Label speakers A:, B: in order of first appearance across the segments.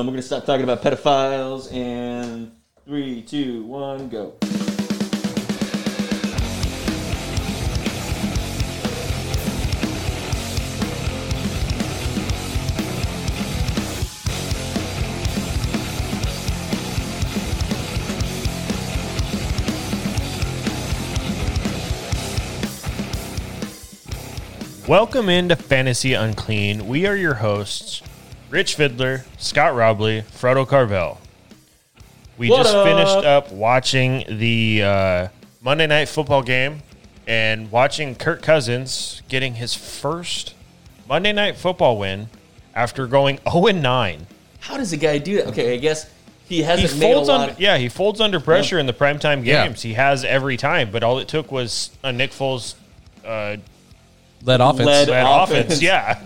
A: And we're going to stop talking about pedophiles and three, two, one, go.
B: Welcome into Fantasy Unclean. We are your hosts, Rich Fiddler, Scott Robley, Fredo Carvel. We
A: What
B: just
A: up?
B: finished up watching the uh, Monday Night Football game and watching Kirk Cousins getting his first Monday Night Football win after going 0 9.
A: How does a guy do that? Okay, I guess he
B: He
A: hasn't made a
B: folds
A: lot.
B: under,
A: Of,
B: yeah, he folds under pressure in the primetime
C: Yeah.
B: games. He has every time, but all it took was a Nick Foles uh,
C: Led offense.
A: Led-
B: bad
A: offense.
B: offense. yeah,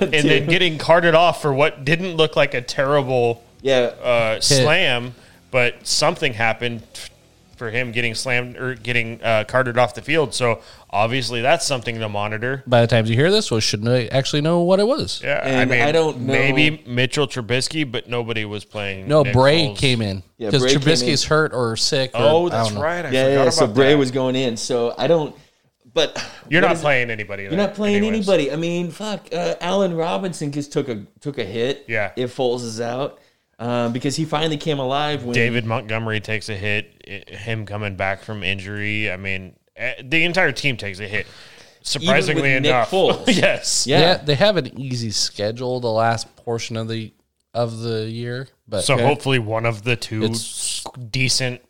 B: and then getting carted off for what didn't look like a terrible
A: yeah,
B: uh, slam, but something happened f- for him getting slammed or getting uh, carted off the field. So obviously, that's something to monitor.
C: By the time you hear this, we should actually know what it was.
B: Yeah,
A: And
B: I mean,
A: I don't know-
B: Maybe Mitchell Trubisky, but nobody was playing.
C: No,
B: Nick
C: Bray
B: Foles.
C: came in
A: Yeah,
C: because
A: Bray came
C: Trubisky's
A: in.
C: hurt or sick. Or,
B: Oh,
C: I
B: that's
C: don't know.
B: right. I
A: yeah,
B: forgot
A: yeah.
B: about
A: So Bray
B: that.
A: was going in. So I don't. But
B: You're
A: what
B: not
A: is-
B: playing anybody.
A: You're not playing anybody. I mean, fuck. Uh, Allen Robinson just took a took a hit.
B: Yeah.
A: if Foles is out, um, because he finally came alive when
B: David Montgomery takes a hit. i- Him coming back from injury. I mean, eh, the entire team takes a hit. Surprisingly
A: Nick
B: enough,
A: Foles.
B: yes.
A: Yeah.
C: Yeah. they have an easy schedule the last portion of the of the year, but
B: So
C: Okay.
B: hopefully, one of the two
C: It's-
B: decent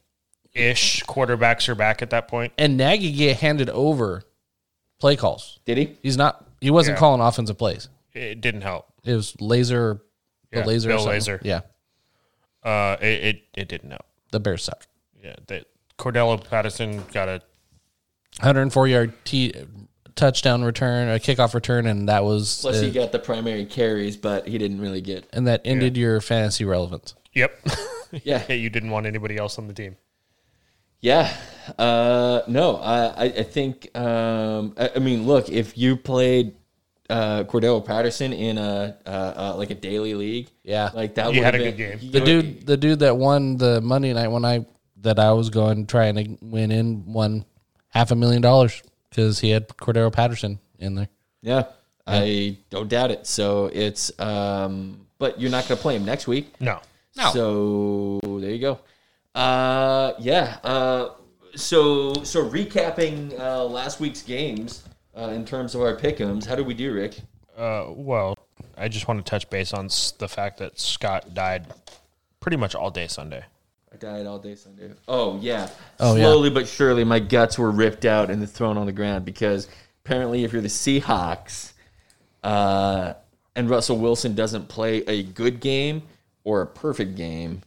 B: ish quarterbacks are back at that point.
C: and Nagy get handed over play calls.
A: Did he?
C: He's not. He wasn't
B: Yeah.
C: calling offensive plays.
B: It didn't help.
C: It was laser. The
B: Yeah,
C: laser. or
B: Bill
C: something.
B: Lazor.
C: Yeah,
B: Uh, it, it it didn't help.
C: the Bears suck.
B: Yeah, that Cordell Patterson got a
C: 104 yard t- touchdown return, a kickoff return, and that was
A: Plus, he
C: it.
A: got the primary carries, but he didn't really get.
C: and that ended your fantasy relevance.
B: yep.
A: Yeah.
B: Yeah, you didn't want anybody else on the team.
A: Yeah. Uh, no, I, I- I think, um, I, I mean, look, if you played uh, Cordell Patterson in a uh, uh, like a daily league,
C: Yeah.
A: like that
B: You
A: would
B: had
A: have
B: a
A: been-
B: good game.
C: The
A: you-
C: dude, the dude that won the Monday night when I that I was going trying to win in won half a million dollars because he had Cordero Patterson in there.
A: yeah, I don't doubt it. So it's, um, but you're not going to play him next week.
B: No.
A: So there you go. Uh, yeah. Uh, so so recapping uh, last week's games uh, in terms of our pickems, how did we do, Rick?
B: Uh, well, I just want to touch base on s- the fact that Scott died pretty much all day Sunday.
A: I died all day Sunday. Oh yeah.
C: Oh, yeah.
A: Slowly but surely, my guts were ripped out and thrown on the ground because apparently, if you're the Seahawks, uh, and Russell Wilson doesn't play a good game or a perfect game,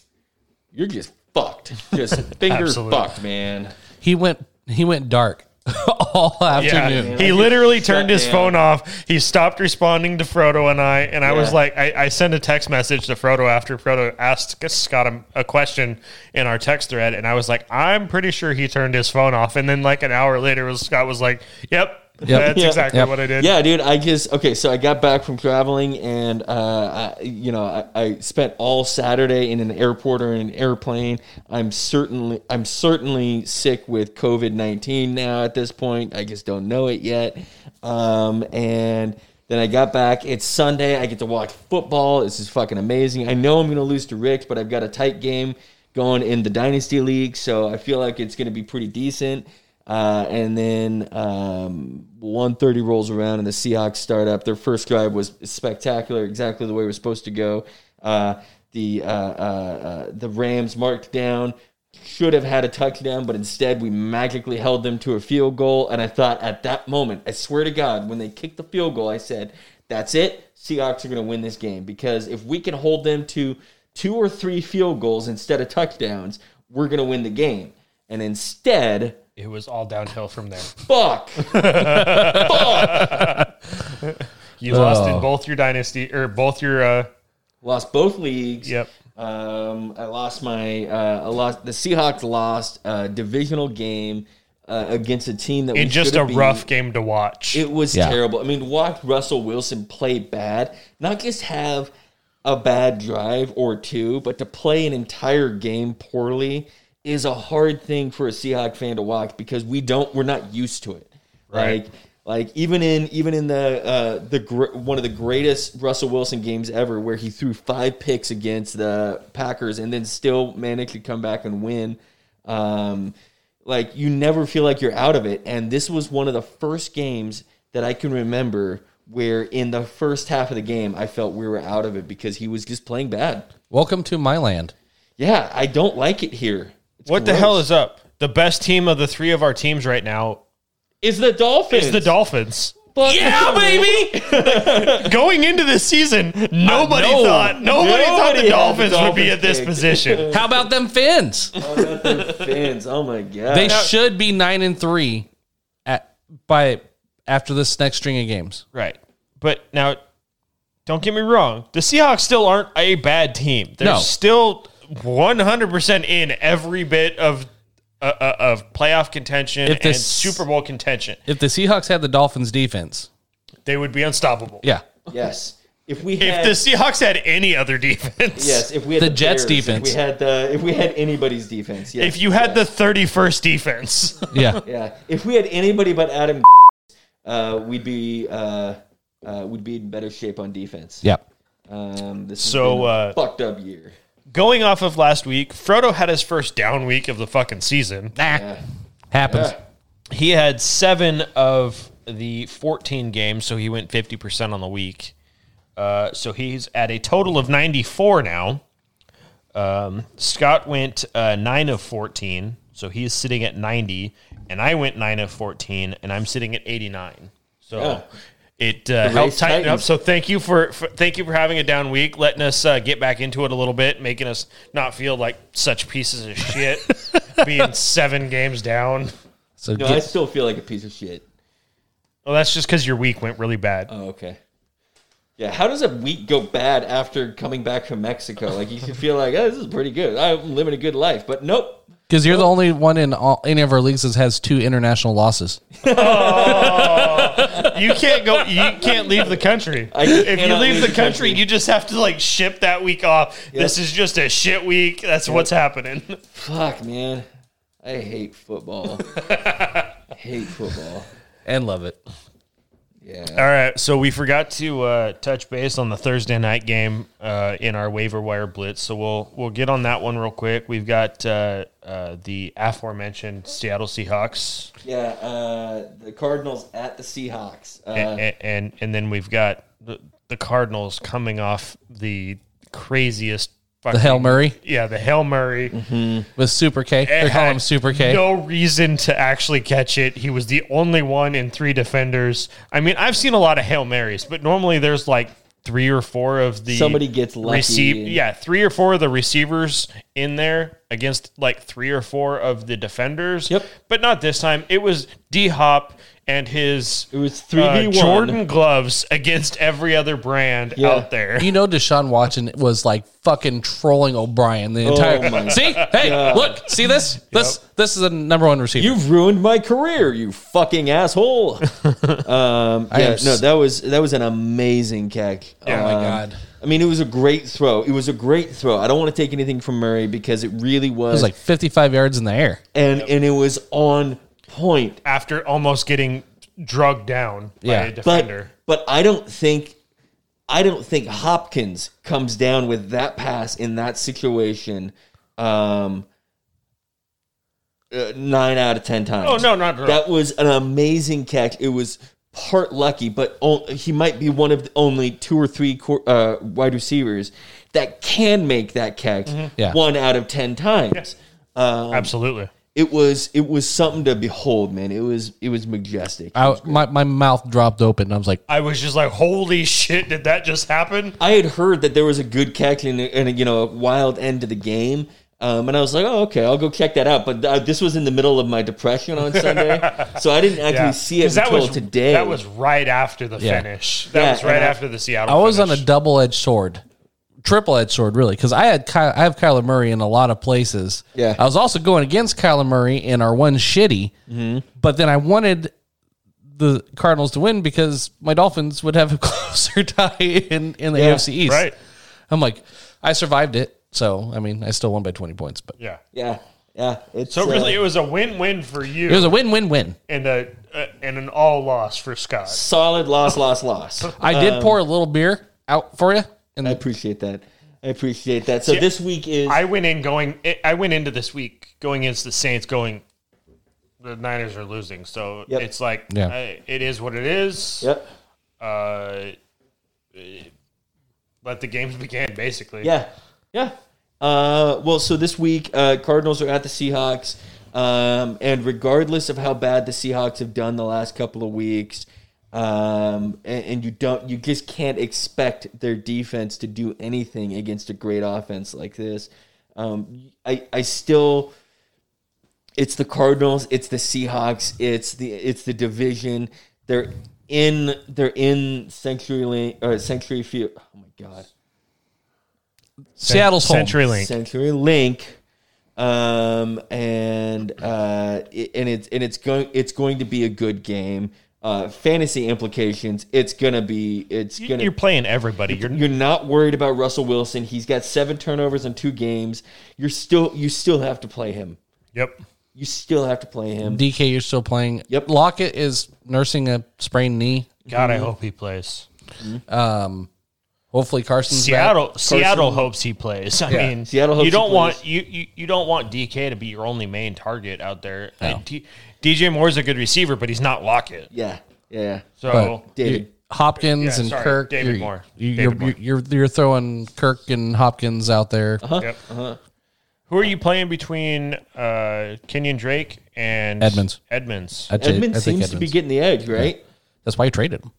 A: you're just fucked. Just finger
B: Absolutely.
A: fucked, man.
C: He went he went dark all afternoon.
B: Yeah, he literally turned his
A: down.
B: phone off. He stopped responding to Frodo and I, and I was
A: Yeah.
B: like, I, I sent a text message to Frodo after Frodo asked Scott a, a question in our text thread, and I was like, I'm pretty sure he turned his phone off. And then like an hour later, was, Scott was like, Yep, that's
A: Yeah.
B: exactly
C: Yep.
B: what I did.
A: Yeah, dude. I just okay. So I got back from traveling, and uh, I, you know, I, I spent all Saturday in an airport or in an airplane. I'm certainly, I'm certainly sick with COVID nineteen now. At this point, I just don't know it yet. Um, and then I got back. It's Sunday. I get to watch football. This is fucking amazing. I know I'm going to lose to Rick, but I've got a tight game going in the dynasty league, so I feel like it's going to be pretty decent. Uh, and then um, 130 rolls around and the Seahawks start up. Their first drive was spectacular, exactly the way it was supposed to go. Uh, the uh, uh, uh, the Rams marked down, should have had a touchdown, but instead we magically held them to a field goal. And I thought at that moment, I swear to God, when they kicked the field goal, I said, "That's it. Seahawks are going to win this game because if we can hold them to two or three field goals instead of touchdowns, we're going to win the game." And instead
B: It was all downhill from there.
A: fuck.
B: You lost in both your dynasty or both your. Uh,
A: lost both leagues.
B: yep.
A: Um, I lost my. Uh, I lost the Seahawks. Lost a divisional game uh, against a team that
B: In
A: we
B: just a
A: shoulda beat.
B: rough game to watch.
A: It was
C: Yeah.
A: terrible. I mean, watch Russell Wilson play bad, not just have a bad drive or two, but to play an entire game poorly is a hard thing for a Seahawk fan to watch because we don't we're not used to it.
B: Right.
A: Like like even in even in the uh, the gr- one of the greatest Russell Wilson games ever, where he threw five picks against the Packers and then still managed to come back and win. Um, like you never feel like you're out of it, and this was one of the first games that I can remember where in the first half of the game I felt we were out of it because he was just playing bad.
C: Welcome to my land.
A: Yeah, I don't like it here. It's
B: What the
A: gross.
B: hell is up? The best team of the three of our teams right now
A: It's the Dolphins?
B: is the Dolphins.
A: Fuck
B: Yeah,
A: no.
B: baby. Going into this season, nobody
C: know.
B: thought
A: Nobody
B: nobody, thought
A: had
B: the
A: the
B: Dolphins, would
A: Dolphins
B: be at this
A: pick.
B: position.
C: How about them Finns?
A: Fans, oh my god.
C: They should be nine and three at by after this next string of games.
B: right. But now don't get me wrong, the Seahawks still aren't a bad team. They're
C: No.
B: still 100% in every bit of uh, uh, of playoff contention
C: If the
B: and
C: s-
B: Super Bowl contention.
C: If the Seahawks had the Dolphins defense,
B: They would be unstoppable.
C: yeah,
A: yes. If we
B: If
A: had
B: the Seahawks had any other defense,
A: Yes, if we had
C: The Jets'
A: Bears,
C: defense.
A: if we had the if we had anybody's defense, yes.
B: if you had the 31st defense,
C: yeah.
A: yeah, if we had anybody but Adam, uh, we'd be uh, uh, we'd be in better shape on defense.
C: Yeah.
A: Um, this
B: So,
A: so
B: uh,
A: fucked up year.
B: going off of last week, Frodo had his first down week of the fucking season.
C: Nah. Happens.
A: Yeah.
B: He had seven of the 14 games, so he went 50% on the week. Uh, so he's at a total of 94 now. Um, Scott went uh, 9 of 14, so he is sitting at 90. And I went 9 of 14, and I'm sitting at 89. So. It uh, helped
A: race
B: tighten up.
A: tightens.
B: So thank you for, for thank you for having a down week, letting us uh, get back into it a little bit, making us not feel like such pieces of shit, being seven games down.
C: So
A: No,
C: get-
A: I still feel like a piece of shit.
B: Well, Oh, that's just because your week went really bad.
A: Oh, okay. Yeah, how does a week go bad after coming back from Mexico? Like you can feel like, oh, this is pretty good. I'm living a good life, but nope.
C: Because you're the only one in all, any of our leagues that has two international losses.
B: You can't go. You can't leave the country.
A: I
B: if you
A: cannot
B: leave
A: leave
B: the
A: the country.
B: country, you just have to like ship that week off. This is just a shit week. That's what's happening.
A: Fuck, man. I hate football. hate football.
C: And love it.
A: Yeah.
B: All right. So we forgot to uh, touch base on the Thursday night game uh, in our waiver wire blitz. So we'll we'll get on that one real quick. We've got uh, uh, the aforementioned Seattle Seahawks,
A: Yeah. Uh, the Cardinals at the Seahawks. Uh,
B: a- a- and and then we've got the, the Cardinals coming off the craziest.
C: The
B: fucking-
C: Hail Murray
B: Yeah, the Hail Murray.
C: with Super K. They call
B: had
C: him Super K.
B: No reason to actually catch it. He was the only one in three defenders. I mean, I've seen a lot of Hail Marys, but normally there's like three or four of the
A: Somebody gets lucky
B: receive-
A: and-
B: yeah, three or four of the receivers in there against like three or four of the defenders.
A: Yep.
B: But not this time. It was D Hop and his uh,
A: It was 3v1.
B: Jordan gloves against every other brand
A: Yeah.
B: out there.
C: You know, Deshaun Watson was like fucking trolling O'Brien the entire.
A: my
C: see, hey, look, see this? This this is a number one receiver.
A: You've ruined my career, you fucking asshole. um, yeah,
C: am
A: no,
C: s-
A: that was that was an amazing catch.
C: oh my
A: Um,
C: god,
A: I mean, it was a great throw. It was a great throw. I don't want to take anything from Murray because it really
C: it was
A: was,
C: like 55 yards in the air.
A: and and it was on point.
B: After almost getting drugged down
C: Yeah.
B: by a
C: But-
B: defender.
A: But but I don't think I don't think Hopkins comes down with that pass in that situation. Um, uh, nine out of ten times.
B: Oh, no, not at all.
A: that was an amazing catch. It was part lucky, but o- he might be one of the only two or three cor- uh, wide receivers that can make that catch
B: Mm-hmm.
C: Yeah.
A: one out of ten times. um,
B: Absolutely.
A: It was it was something to behold, man. It was it was majestic.
C: I, my my mouth dropped open. and I was like,
B: I was just like, holy shit, did that just happen?
A: I had heard that there was a good catch and, a- and a, you know a wild end to the game, um, and I was like, oh okay, I'll go check that out. But uh, this was in the middle of my depression on Sunday, so I didn't actually see it
B: 'Cause that
A: until
B: was,
A: today.
B: That was right after the
C: Yeah.
B: finish. That
A: Yeah,
B: was right
A: and I-
B: after the Seattle
C: I was on a
B: finish.
C: double edged sword, triple edged sword, really, because I had Ky- I have Kyler Murray in a lot of places.
A: Yeah.
C: I was also going against Kyler Murray in our one shitty,
A: Mm-hmm.
C: but then I wanted the Cardinals to win because my Dolphins would have a closer tie in in the AFC East.
B: Right.
C: I'm like, I survived it. So I mean, I still won by 20 points, but
B: Yeah.
A: Yeah, yeah. It's
B: So
A: uh,
B: really, it was a win-win for
C: it was
B: you
C: a win-win-win.
B: and a uh, and an all loss for Scott.
A: solid loss, loss, loss.
C: I did pour a little beer out for you, and
A: I appreciate Um, that. I appreciate that. So this week is
B: I went in going. I went into this week going against the Saints, going the Niners are losing. So
A: Yep.
B: it's like
C: Yeah.
B: I- it is what it is.
A: yep.
B: Uh, let the games begin. Basically,
A: Yeah. Yeah. Uh, well, so this week, uh, Cardinals are at the Seahawks. Um, and regardless of how bad the Seahawks have done the last couple of weeks, um, and, and you don't, you just can't expect their defense to do anything against a great offense like this. Um, I, I still, it's the Cardinals, it's the Seahawks, it's the it's the division. They're in, they're in Century Lane or Century Field. Oh my god,
C: Seattle's home.
B: CenturyLink.
A: Century Link. Um, and uh, it, and it's and it's going it's going to be a good game. Uh, fantasy implications. It's gonna be it's gonna
B: You're playing everybody. You're
A: you're not worried about Russell Wilson. He's got seven turnovers in two games. You're still you still have to play him.
B: yep.
A: You still have to play him.
C: DK, you're still playing.
A: Yep.
C: Lockett is nursing a sprained knee.
B: God, I
A: Mm-hmm.
B: hope he plays.
C: Hopefully Carson's
B: Seattle Seattle
A: Carson-
B: hopes he plays. I mean,
A: Seattle hopes
B: you don't
A: he
B: want you, you you don't want DK to be your only main target out there. And D- DJ Moore's a good receiver, but he's not Lockett.
A: Yeah, yeah.
B: So
C: back.
A: David.
C: You- Hopkins
B: Yeah,
C: and
B: sorry,
C: Kirk.
B: David
C: you're,
B: Moore.
C: You're,
B: David
C: you're, you're you're throwing Kirk and Hopkins out there.
B: yep.
A: Uh-huh.
B: who are you playing between uh, Kenyon Drake and
C: Edmonds.
B: Edmonds.
C: I'd say-
A: Edmund
C: I think
A: seems to be
C: Edmonds.
A: getting the edge, right?
C: That's why you traded him.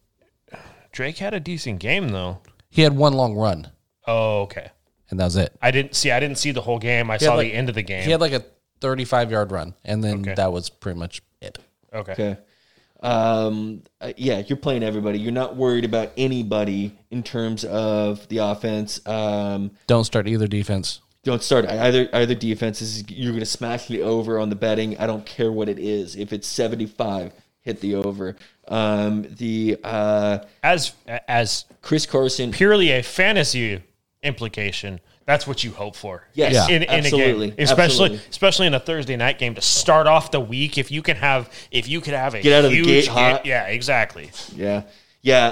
B: Drake had a decent game though.
C: He had one long run,
B: Oh, okay.
C: and that was it.
B: I didn't see. I didn't see the whole game. I saw
C: like-
B: the end of the game.
C: He had like a 35 yard run, and then
B: Okay.
C: that was pretty much it.
B: okay.
A: Okay. Um, uh, yeah, you're playing everybody. You're not worried about anybody in terms of the offense. Um,
C: Don't start either defense.
A: don't start e-, either either defenses. You're going to smash the over on the betting. I don't care what it is. If it's 75, hit the over. Um, the uh,
B: As as
A: Chris Carson.
B: purely a fantasy implication, that's what you hope for.
A: Yes, Yeah.
B: in, in a
A: absolutely,
B: game, especially
A: absolutely.
B: especially in a Thursday night game to start off the week. If you can have, if you could have a
A: Get out of the
B: huge
A: gate
B: game-
A: hot.
B: yeah, exactly.
A: Yeah. Yeah,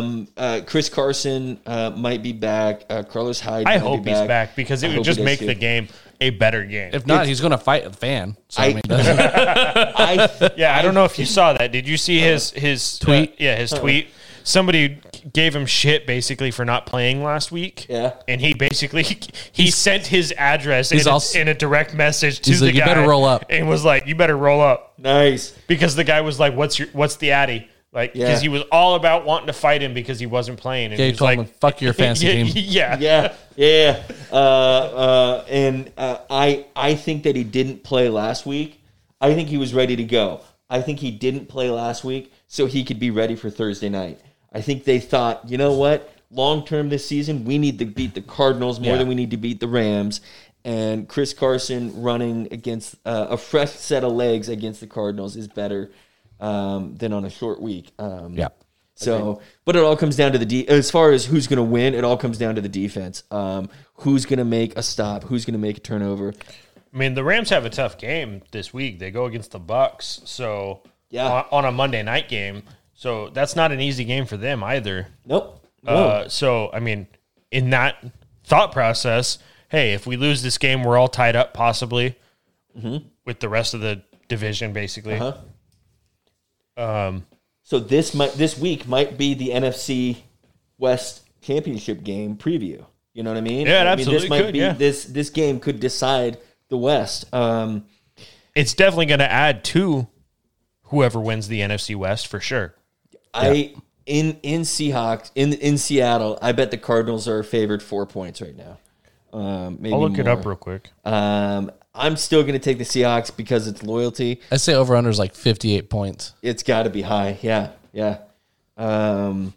A: um, uh, Chris Carson uh, might be back. Uh, Carlos Hyde.
B: I
A: might
B: hope
A: be
B: he's back because
A: I
B: it
A: hope
B: would just
A: he does
B: make
A: too.
B: the game a better game.
C: If not, he's going to fight a fan. So I,
A: I-
C: mean, that's-
A: I,
B: yeah, I don't know if you saw that. Did you see his his
C: Tweet?
B: uh, yeah, his tweet. Somebody gave him shit basically for not playing last week.
A: Yeah.
B: and he basically he sent his address in,
C: He's
B: a-
C: also-
B: in a direct message to
C: He's
B: the
C: like,
B: guy.
C: "You better roll up."
B: and was like, "You better roll up."
A: nice.
B: because the guy was like, "What's your what's the addy?" Like because
A: Yeah.
B: he was all about wanting to fight him because he wasn't playing. And
C: yeah,
B: he
C: you
B: was
C: told
B: like,
C: him, fuck your fantasy
B: yeah,
C: team.
B: yeah,
A: yeah, yeah. Uh, uh, and uh, I, I think that he didn't play last week. I think he was ready to go. I think he didn't play last week, so he could be ready for Thursday night. I think they thought, you know what, long term this season, we need to beat the Cardinals more
C: Yeah.
A: than we need to beat the Rams. And Chris Carson running against uh, a fresh set of legs against the Cardinals is better um, than on a short week. Um,
C: Yeah.
A: so, but it all comes down to the de- as far as who's going to win. It all comes down to the defense. Um, who's going to make a stop? Who's going to make a turnover?
B: I mean, the Rams have a tough game this week. They go against the Bucks, so
A: Yeah.
B: on, on a Monday night game. So that's not an easy game for them either.
A: Nope. No.
B: Uh, so I mean, in that thought process, hey, if we lose this game, we're all tied up possibly
A: Mm-hmm.
B: with the rest of the division, basically.
A: Uh-huh.
B: um,
A: so this might this week might be the NFC West championship game preview. You know what I mean?
B: Yeah, it
A: I mean,
B: absolutely
A: this might
B: could,
A: be
B: yeah.
A: this this game could decide the West. Um,
B: It's definitely going to add to whoever wins the NFC West for sure.
A: I in in Seahawks in in Seattle, I bet the Cardinals are favored four points right now. Um, maybe
B: I'll look it up
A: more.
B: real quick.
A: Um, I'm still going to take the Seahawks because it's loyalty.
C: I say over under is like 58 points.
A: It's got to be high. Yeah, yeah. Um,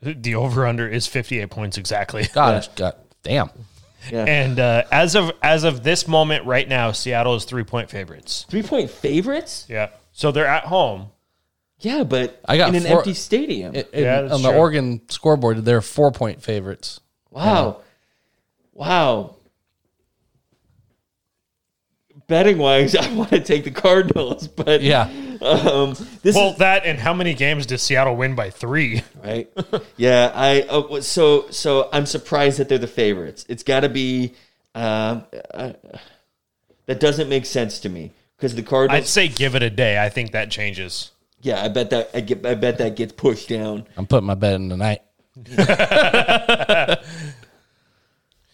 B: The over under is 58 points exactly.
C: Gosh, God damn.
B: And uh, as of as of this moment right now, Seattle is 3 point favorites.
A: three point favorites.
B: Yeah. So they're at home.
A: Yeah, but
C: I got
A: in an
C: four-
A: empty stadium.
C: It- it-
B: Yeah, that's
C: on the
B: true.
C: Oregon scoreboard, they're four point favorites.
A: Wow. Wow. Betting wise, I want to take the Cardinals, but
C: Yeah.
A: um, this
B: Well,
A: is
B: that and how many games did Seattle win by three?
A: right. yeah, I uh, so so I'm surprised that they're the favorites. It's got to be um, uh, that doesn't make sense to me because the
B: I'd
A: Cardinals.
B: say give it a day. I think that changes.
A: yeah, I bet that I get. I bet that gets pushed down.
C: I'm putting my bet in tonight.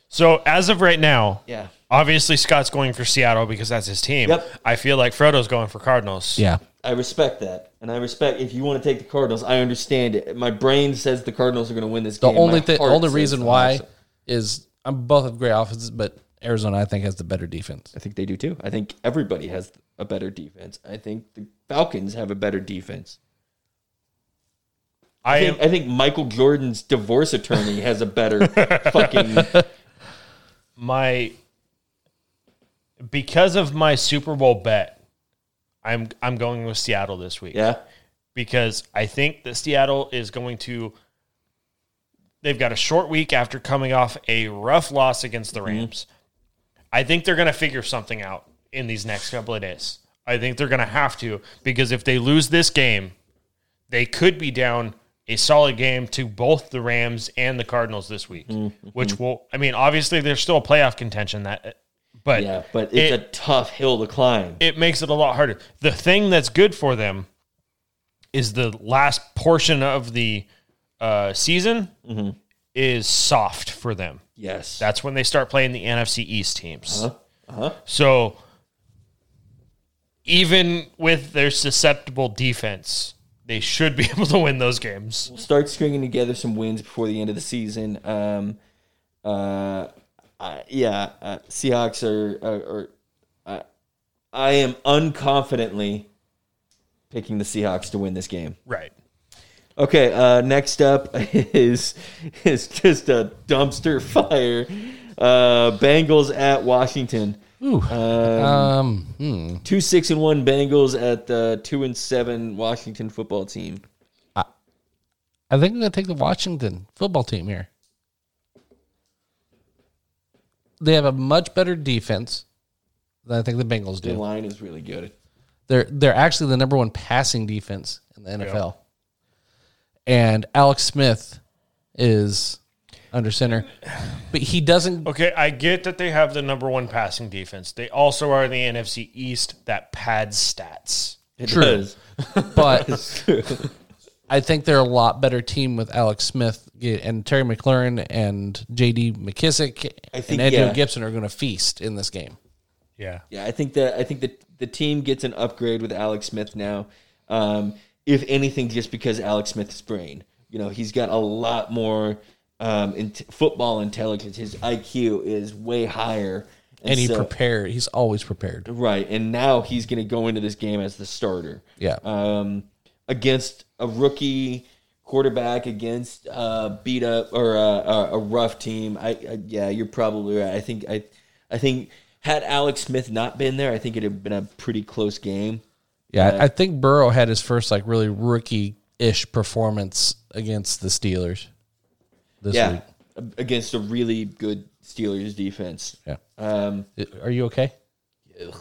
B: So as of right now,
A: Yeah.
B: obviously Scott's going for Seattle because that's his team.
A: Yep.
B: I feel like Frodo's going for Cardinals.
C: Yeah.
A: I respect that, and I respect if you want to take the Cardinals. I understand it. My brain says the Cardinals are going to win this
C: The
A: game.
C: only
A: My
C: thing,
A: heart
C: only
A: says
C: reason
A: the
C: why
A: Cardinals.
C: is I'm both have great offenses, but Arizona I think has the better defense.
A: I think they do too. I think everybody has a better defense. I think the Falcons have a better defense.
B: I
A: I think,
B: am,
A: I think Michael Jordan's divorce attorney has a better fucking.
B: my because of my Super Bowl bet, I'm I'm going with Seattle this week.
A: Yeah.
B: because I think that Seattle is going to. They've got a short week after coming off a rough loss against the
A: Mm-hmm.
B: Rams. I think they're going to figure something out in these next couple of days. I think they're going to have to because if they lose this game, they could be down a solid game to both the Rams and the Cardinals this week,
A: Mm-hmm.
B: which will. I mean, obviously, there's still a playoff contention that, but
A: Yeah, but it's
B: It-
A: a tough hill to climb.
B: it makes it a lot harder. The thing that's good for them is the last portion of the uh, season
A: Mm-hmm.
B: is soft for them.
A: yes.
B: That's when they start playing the NFC East teams.
A: Uh-huh. Uh-huh.
B: So even with their susceptible defense, they should be able to win those games.
A: Start stringing together some wins before the end of the season. Um, uh, I, yeah, uh, Seahawks are. are, are I I am unconfidently picking the Seahawks to win this game.
B: Right.
A: Okay, uh, next up is is just a dumpster fire. Uh, Bengals at Washington.
C: Ooh.
A: Uh,
C: Um. hmm.
A: two six and one Bengals at the two and seven Washington football team.
C: I think I'm gonna take the Washington football team here. They have a much better defense than I think the Bengals
A: The
C: do.
A: line is really good.
C: They're they're actually the number one passing defense in the NFL. And Alex Smith is under center, but he doesn't.
B: Okay, I get that they have the number one passing defense. They also are in the NFC East that pads stats.
A: It
C: True.
A: does.
C: But
A: True.
C: I think they're a lot better team with Alex Smith and Terry McLaurin and J.D. McKissick
A: think,
C: and Andrew
A: yeah.
C: Gibson are going to feast in this game.
B: Yeah.
A: yeah, I think that I think that the team gets an upgrade with Alex Smith now. Um, if anything, just because Alex Smith's brain, you know, he's got a lot more um, in football intelligence. His IQ is way higher,
C: And he
A: so-
C: prepared. He's always prepared.
A: Right, and now he's going to go into this game as the starter.
C: Yeah.
A: um, against a rookie quarterback, against uh, beat up or uh, uh, a rough team. I, I yeah, you're probably right. I think I, I think had Alex Smith not been there, I think it'd have been a pretty close game.
C: Yeah, I I think Burrow had his first like really rookie ish performance against the Steelers this
A: Yeah,
C: week.
A: a- against a really good Steelers defense.
C: Yeah.
A: Um,
C: Are you okay?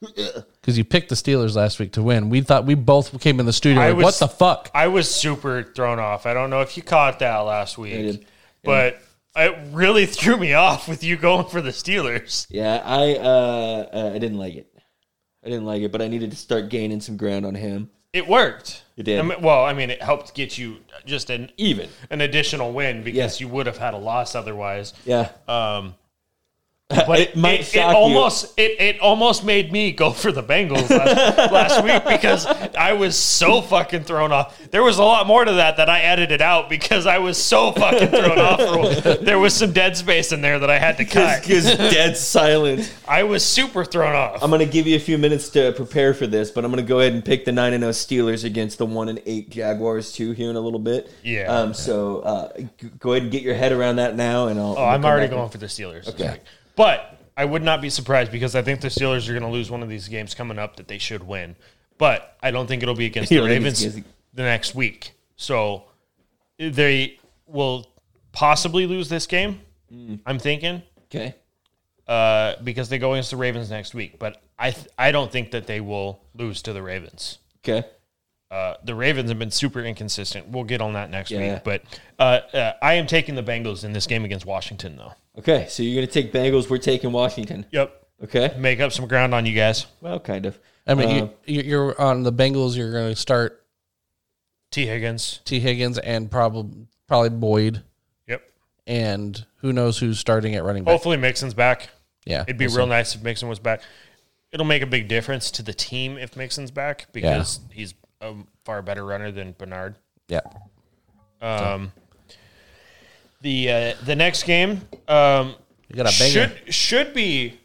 C: Because you picked the Steelers last week to win. We thought we both came in the studio.
B: I
C: Like,
B: was-
C: what the fuck?
B: I was super thrown off. I don't know if you caught that last week,
A: did.
B: but it really threw me off with you going for the Steelers.
A: yeah, I uh, uh, I didn't like it. I didn't like it, but I needed to start gaining some ground on him.
B: It worked.
A: It did.
B: I mean, well, I mean, it helped get you just an
A: Even.
B: an additional win because
A: Yeah.
B: you would have had a loss otherwise.
A: Yeah.
B: Um, but
A: It
B: it,
A: might
B: it,
A: shock you.
B: almost it, it almost made me go for the Bengals last, last week because I was so fucking thrown off. There was a lot more to that that I edited out because I was so fucking thrown off. For, there was some dead space in there that I had to cut.
A: Just dead silence.
B: I was super thrown off.
A: I'm going to give you a few minutes to prepare for this, but I'm going to go ahead and pick the 9 and 0 Steelers against the 1 and 8 Jaguars too here in a little bit.
B: Yeah.
A: Um so uh, g- go ahead and get your head around that now and I'll
B: Oh, I'm
A: come
B: already
A: back and-
B: going for the Steelers. this
A: Okay.
B: week. But I would not be surprised because I think the Steelers are going to lose one of these games coming up that they should win. But I don't think it'll be against
A: You
B: the
A: don't think it's
B: Ravens
A: against
B: the next week. So they will possibly lose this game. I'm thinking
A: Okay.
B: uh, because they go against the Ravens next week, but I th- I don't think that they will lose to the Ravens.
A: Okay.
B: Uh, the Ravens have been super inconsistent. We'll get on that next
A: Yeah.
B: week, but uh, uh, I am taking the Bengals in this game against Washington, though.
A: Okay. So you're going to take Bengals. We're taking Washington.
B: Yep,
A: Okay.
B: make up some ground on you guys.
A: Well, kind of.
C: I mean,
A: Uh,
C: you you, you're on the Bengals. You're going to start
B: T Higgins.
C: T. Higgins and probably probably Boyd,
B: Yep.
C: and who knows who's starting at running back.
B: Hopefully Mixon's back.
C: yeah,
B: It'd be
C: we'll
B: real nice if Mixon was back. It'll make a big difference to the team if Mixon's back because he's a far better runner than Bernard.
C: see. Yeah,
B: Um, the uh, the next game um,
C: you got a banger.
B: should should be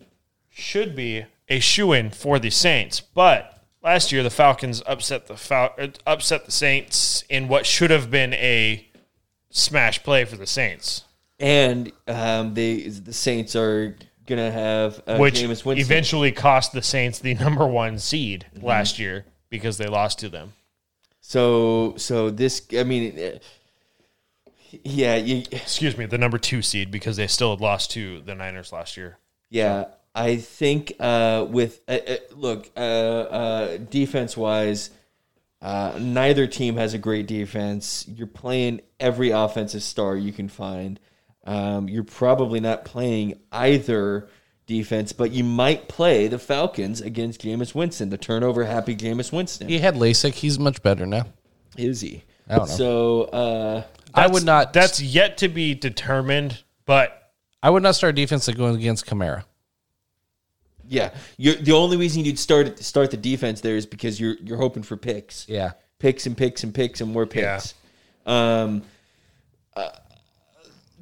B: should be a shoe in for the Saints, but last year the Falcons upset the Fal- uh, upset the Saints in what should have been a smash play for the Saints,
A: and um, the the Saints are going to have uh,
B: which
A: Jameis Winston.
B: eventually cost the Saints the number one seed
C: Mm-hmm.
B: last year because they lost to them.
A: So so this. I mean, eh, yeah. You,
B: Excuse me, the number two seed because they still had lost to the Niners last year.
A: Yeah, I think uh, with uh, uh, look uh, uh, defense wise, uh, neither team has a great defense. You're playing every offensive star you can find. Um, you're probably not playing either defense, but you might play the Falcons against Jameis Winston, the turnover happy Jameis Winston.
C: He had LASIK. He's much better now.
A: Is he?
C: I don't know.
A: So uh,
C: I would not.
B: That's yet to be determined, but
C: I would not start defense that going against Kamara.
A: yeah, you're, the only reason you'd start start the defense there is because you're you're hoping for picks.
C: Yeah,
A: picks and picks and picks and more picks. Um, uh,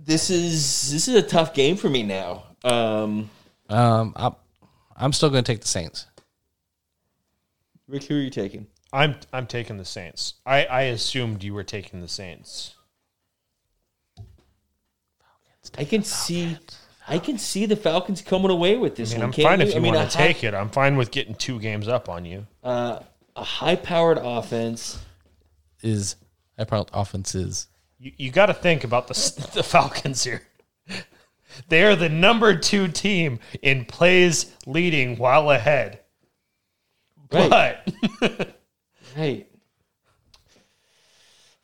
A: this is this is a tough game for me now. Um,
C: um, I'm, I'm still going to take the Saints.
A: Rick, who are you taking?
B: I'm I'm taking the Saints. I, I assumed you were taking the Saints.
A: I can see, I can see the Falcons coming away with this
B: I mean,
A: one.
B: I'm
A: can't
B: fine if you
A: I mean,
B: want
A: a
B: to
A: high,
B: take it. I'm fine with getting two games up on you.
A: uh, a high-powered offense.
C: Is I probably offenses.
B: You, you got to think about the s- the Falcons here. They are the number two team in plays leading while ahead.
A: Right,
B: But
A: right.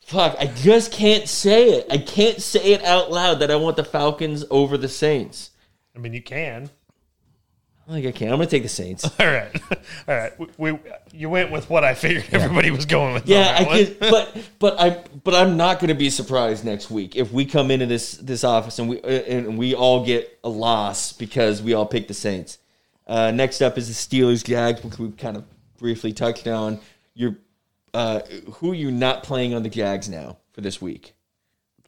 A: Fuck! I just can't say it. I can't say it out loud that I want the Falcons over the Saints.
B: I mean, you can.
A: I don't think I can. I'm gonna take the Saints.
B: All right, all right. We, we you went with what I figured everybody was going with. on
A: Yeah,
B: that
A: I
B: one.
A: can, but but I but I'm not going to be surprised next week if we come into this this office and we uh, and we all get a loss because we all pick the Saints. Uh, next up is the Steelers Jags, which we've kind of briefly touched on. You're uh, who are you not playing on the Jags now for this week?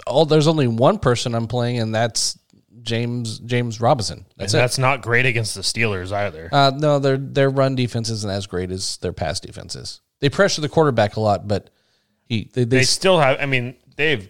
C: All oh, there's only one person I'm playing, and that's James James Robinson.
B: And
C: That's it.
B: that's not great against the Steelers either.
C: Uh, no, their their run defense isn't as great as their pass defense is. They pressure the quarterback a lot, but he they, they,
B: they still have. I mean, they've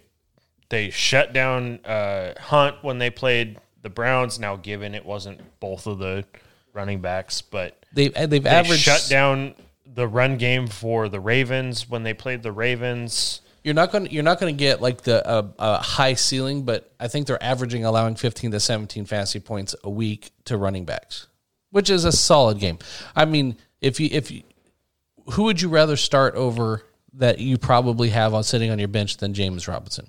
B: they shut down uh, Hunt when they played the Browns. Now, given it wasn't both of the running backs, but
C: they they've
B: they
C: averaged.
B: shut down the run game for the Ravens when they played the Ravens.
C: You're not going you're not going to get like the uh, uh, high ceiling, but I think they're averaging allowing 15 to 17 fantasy points a week to running backs, which is a solid game. I mean, if you if you, who would you rather start over that you probably have on sitting on your bench than James Robinson?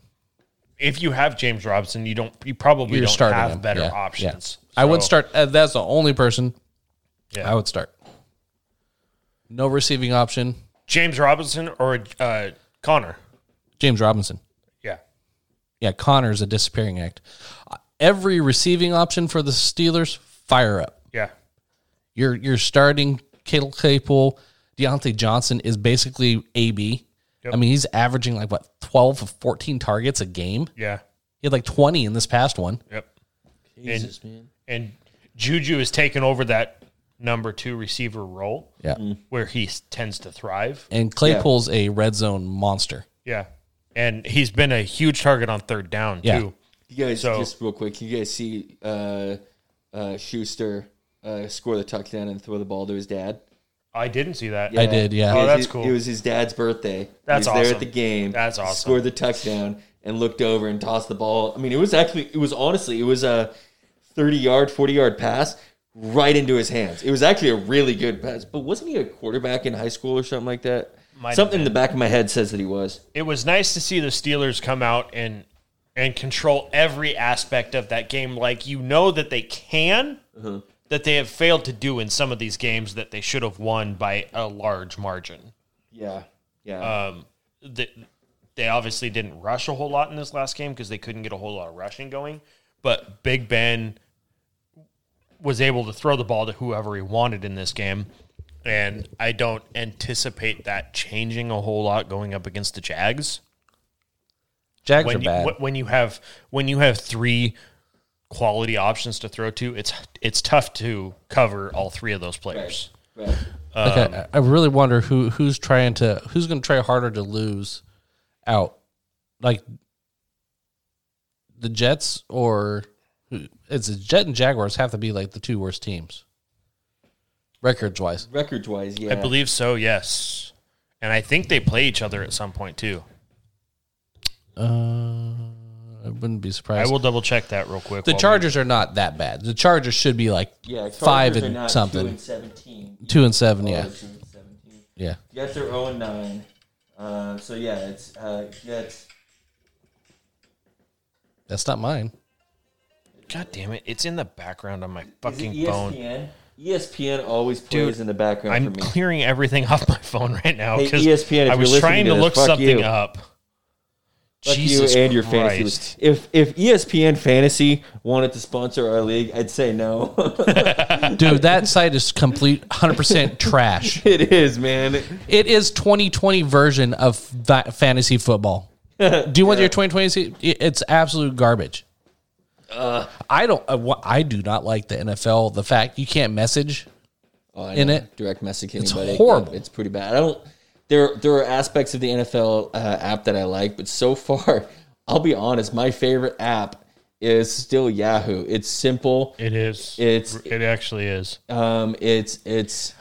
B: If you have James Robinson, you don't. You probably
C: You're
B: don't
C: starting
B: have
C: him.
B: better
C: Yeah, yeah.
B: options.
C: I would
B: So,
C: start. Uh, that's the only person
B: Yeah.
C: I would start. No receiving option.
B: James Robinson or uh, Connor.
C: James Robinson.
B: Yeah,
C: Yeah, Connor's a disappearing act. Every receiving option for the Steelers, fire up.
B: yeah.
C: You're you're starting Kittle Capel. Deontay Johnson is basically AB. I mean, he's averaging like what twelve of fourteen targets a game.
B: Yeah.
C: He had like twenty in this past one.
B: Yep.
A: Jesus, man.
B: And Juju has taken over that number two receiver role.
C: Yeah,
B: where he s- tends to thrive.
C: and Claypool's a red zone monster.
B: Yeah. And he's been a huge target on third down,
C: Yeah.
B: too.
A: You guys,
B: So-
A: just real quick, you guys see uh, uh, Schuster uh, score the touchdown and throw the ball to his dad.
B: I didn't see that.
C: I did, yeah.
A: It
B: Oh,
A: was
B: that's
A: his-
B: cool.
A: It was his dad's birthday.
B: That's
A: he was There at
B: awesome.
A: the game.
B: That's
A: He
B: awesome.
A: Scored the touchdown, and looked over and tossed the ball. I mean, it was actually, it was honestly, it was a 30 yard, 40 yard pass right into his hands. It was actually a really good pass. But wasn't he a quarterback in high school or something like that?
B: Might have
A: something in the back of my head says that he was.
B: it was nice to see the Steelers come out and and control every aspect of that game. Like you know that they can, that they have failed to do in some of these games that they should have won by a large margin.
A: Yeah. Yeah.
B: Uh, They, Um, they obviously didn't rush a whole lot in this last game because they couldn't get a whole lot of rushing going. But Big Ben was able to throw the ball to whoever he wanted in this game. And I don't anticipate that changing a whole lot going up against the Jags.
C: Jags are
B: when you,
C: bad.
B: wh- when you have when you have three quality options to throw to, it's it's tough to cover all three of those players.
A: Right.
C: Like, I, I really wonder who who's trying to who's going to try harder to lose out, like the Jets or who- it's the Jet and Jaguars have to be like the two worst teams, records wise.
A: Records wise, yeah.
B: I believe so, yes. And I think they play each other at some point too.
C: Uh, I wouldn't be
B: I
C: surprised.
B: will double check that real quick.
C: the
B: while we-
C: Chargers are not that bad. The Chargers should be like
A: yeah,
C: five
A: Chargers are
C: and
A: not
C: something,
A: Two and 17.
C: two and seven. Yeah,
A: Two and 17.
C: yeah.
A: Jets are 0 and 9. Uh, so yeah, it's uh, Jets.
C: That's not mine.
B: God damn it! It's in the background on my
A: Is it E
B: fucking phone.
A: ESPN? ESPN always plays
B: Dude,
A: in the background
B: I'm
A: for me.
B: clearing everything off my phone right now
A: Hey, E
B: because
A: ESPN, if
B: I
A: you're
B: was
A: listening
B: trying
A: to
B: to,
A: this,
B: look
A: fuck
B: something
A: you.
B: up.
A: Fuck
B: Jesus
A: you and your fantasy.
B: Christ.
A: league. If if E ESPN fantasy wanted to sponsor our league, I'd say no.
C: Dude, that site is complete 100% trash.
A: it is, man.
C: It is 2020 version of fa- fantasy football. Do you want your 2020? se- it- It's absolute garbage. I don't. uh, wha- I do not like the NFL. The fact you can't message.
A: Oh, I
C: In
A: know.
C: it.
A: direct message anybody.
C: horrible.
A: It's pretty bad. I don't. There there are aspects of the NFL uh, app that I like, but so far, I'll be honest. My favorite app is still Yahoo. It's simple.
B: It is.
A: It's
B: It actually is.
A: um. It's it's.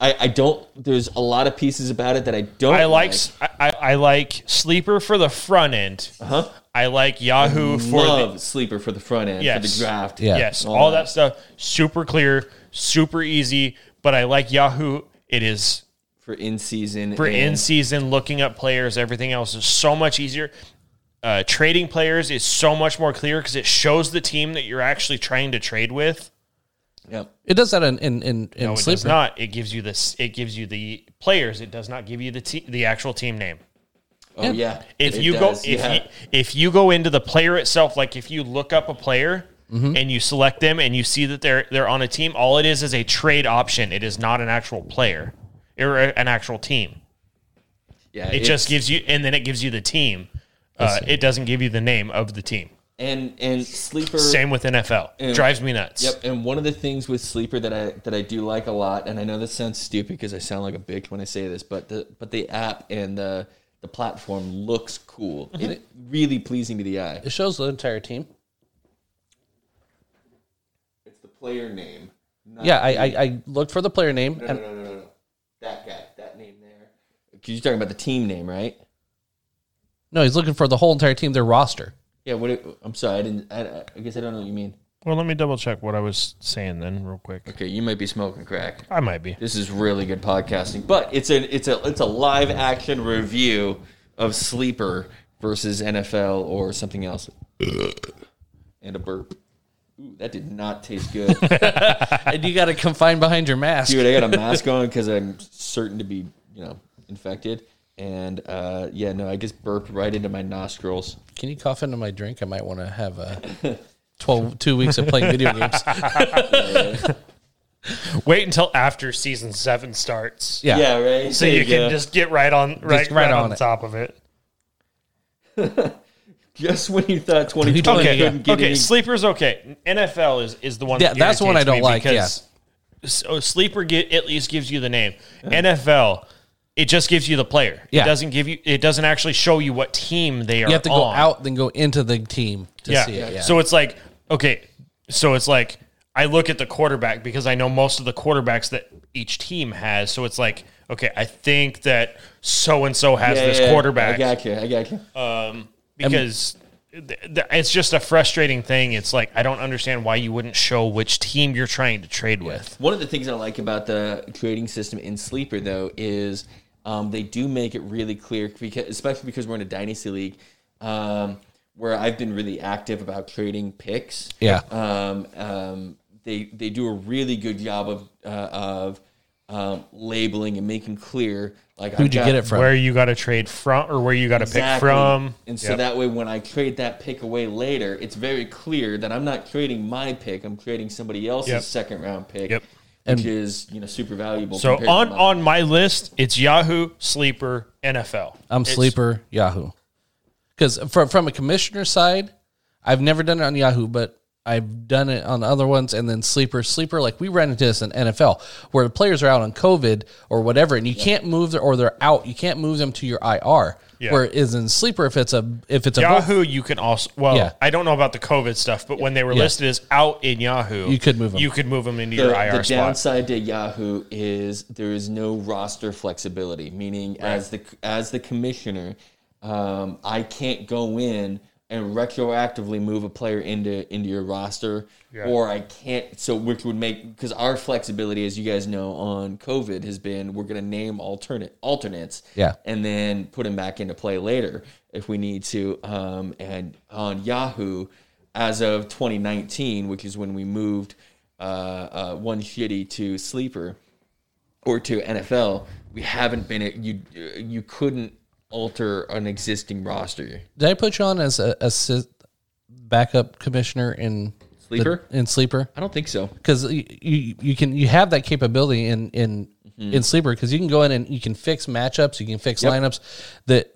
A: I, I don't. There's a lot of pieces about it that I don't.
B: I like s- I, I- I like sleeper for the front end.
A: Huh?
B: I like Yahoo for
A: Uh-huh. Love
B: the
A: sleeper for the front end for
B: Yes.
A: the draft.
C: Yeah.
B: yes,
A: All
B: all, that. stuff. Super clear, super easy. But I like Yahoo. It is
A: For in season.
B: for in season looking up players. Everything else is so much easier. Uh, trading players is so much more clear because it shows the team that you're actually trying to trade with.
A: Yep.
C: It does that in in in, in
B: No, it does
C: sleeper.
B: not. It gives you this. It gives you the players. It does not give you the te- the actual team name.
A: Oh yeah.
B: if
A: It
B: you
A: does,
B: go if
A: yeah.
B: you, if you go into the player itself like if you look up a player
A: Mm-hmm.
B: and you select them and you see that they're they're on a team all it is is a trade option it is not an actual player or a- an actual team
A: yeah,
B: it just gives you and then it gives you the team uh, it doesn't give you the name of the team
A: and and sleeper
B: same with nfl drives me nuts
A: Yep, and one of the things with sleeper that I that I do like a lot, and I know this sounds stupid because I sound like a bitch when I say this, but the but the app and the the platform looks cool.
C: Mm-hmm.
A: It really pleasing to the eye.
C: It shows the entire team.
A: It's the player name. Not
C: Yeah, I, I I looked for the player name
A: no,
C: and
A: no, no, no, no. That guy, that name there. 'Cause you're talking about the team name, right?
C: no, he's looking for the whole entire team, their roster.
A: Yeah. What? It, I'm sorry. I didn't. I, I guess I don't know what you mean.
B: well let me double check what i was saying then real quick
A: Okay, you might be smoking crack.
B: i might be
A: This is really good podcasting, but it's a it's a it's a live action review of Sleeper versus NFL or something else. and a burp. Ooh, that did not taste good,
C: and you got to confine behind your mask.
A: dude. I got a mask on because I'm certain to be you know infected. And uh, yeah, no, I just burped right into my nostrils.
C: Can you cough into my drink? I might want to have a 12, two weeks of playing video games.
B: wait until after season seven starts
C: Yeah.
A: Yeah, right.
B: so you can
A: go.
B: just get right on right,
C: right
B: right
C: on
B: on
C: it.
B: top of it
A: just when you thought 2020
C: Okay,
A: couldn't get
B: okay.
A: any
B: Sleeper's okay. NFL is is the one.
C: Yeah, that's the one I
B: irritates
C: don't
B: me
C: like,
B: because- So sleeper get at least gives you the name. NFL, it just gives you the player.
C: Yeah.
B: It doesn't give you. It doesn't actually show you what team they are.
C: You have to go
B: on.
C: out, then go into the team to
B: Yeah.
C: see it. Yeah.
B: So it's like okay. So it's like I look at the quarterback because I know most of the quarterbacks that each team has. So it's like okay, I think that so and so has
A: Yeah,
B: this
A: yeah, yeah.
B: quarterback.
A: I got you. I got you.
B: because th- th- it's just a frustrating thing. It's like I don't understand why you wouldn't show which team you're trying to trade with.
A: One of the things I like about the creating system in Sleeper though is um, they do make it really clear because, especially because we're in a dynasty league um, where I've been really active about creating picks.
C: Yeah.
A: Um, um, they they do a really good job of uh, of um, labeling and making clear like
C: Who'd you get it from?
B: Where you got to trade from, or where you got to pick from.
A: And so
B: Yep.
A: that way, when I trade that pick away later, it's very clear that I'm not trading my pick. I'm trading somebody else's
B: Yep.
A: second round pick,
B: Yep.
A: which is you know super valuable.
B: so
A: compared to
B: on
A: mine.
B: on my list, it's Yahoo, Sleeper, NFL.
C: I'm
B: It's-
C: sleeper Yahoo. Because from from a commissioner side, I've never done it on Yahoo, but I've done it on other ones, and then sleeper sleeper. Like we ran into this in NFL where the players are out on COVID or whatever, and you can't move their, or they're out. You can't move them to your IR.
B: Yeah.
C: Where it is in sleeper if it's a if it's a
B: Yahoo, you can also. Well,
C: Yeah.
B: I don't know about the COVID stuff, but when they were listed as out in Yahoo,
C: You could move 'em.
B: You could move them into
A: the,
B: your IR
A: the
B: spot.
A: downside to Yahoo is there is no roster flexibility. Meaning, as the as the commissioner, um, I can't go in and retroactively move a player into into your roster, or I can't. So which would make because our flexibility, as you guys know, on COVID has been we're going to name alternate alternates,
C: Yeah.
A: and then put them back into play later if we need to. Um, and on Yahoo, as of 2019, which is when we moved uh, uh, one shitty to sleeper or to NFL, we haven't been you you couldn't alter an existing roster.
C: Did I put you on as a, a si- backup commissioner in
A: Sleeper?
C: in sleeper?
A: I don't think so.
C: because you, you you can you have that capability in in in sleeper because you can go in and you can fix matchups, you can fix lineups that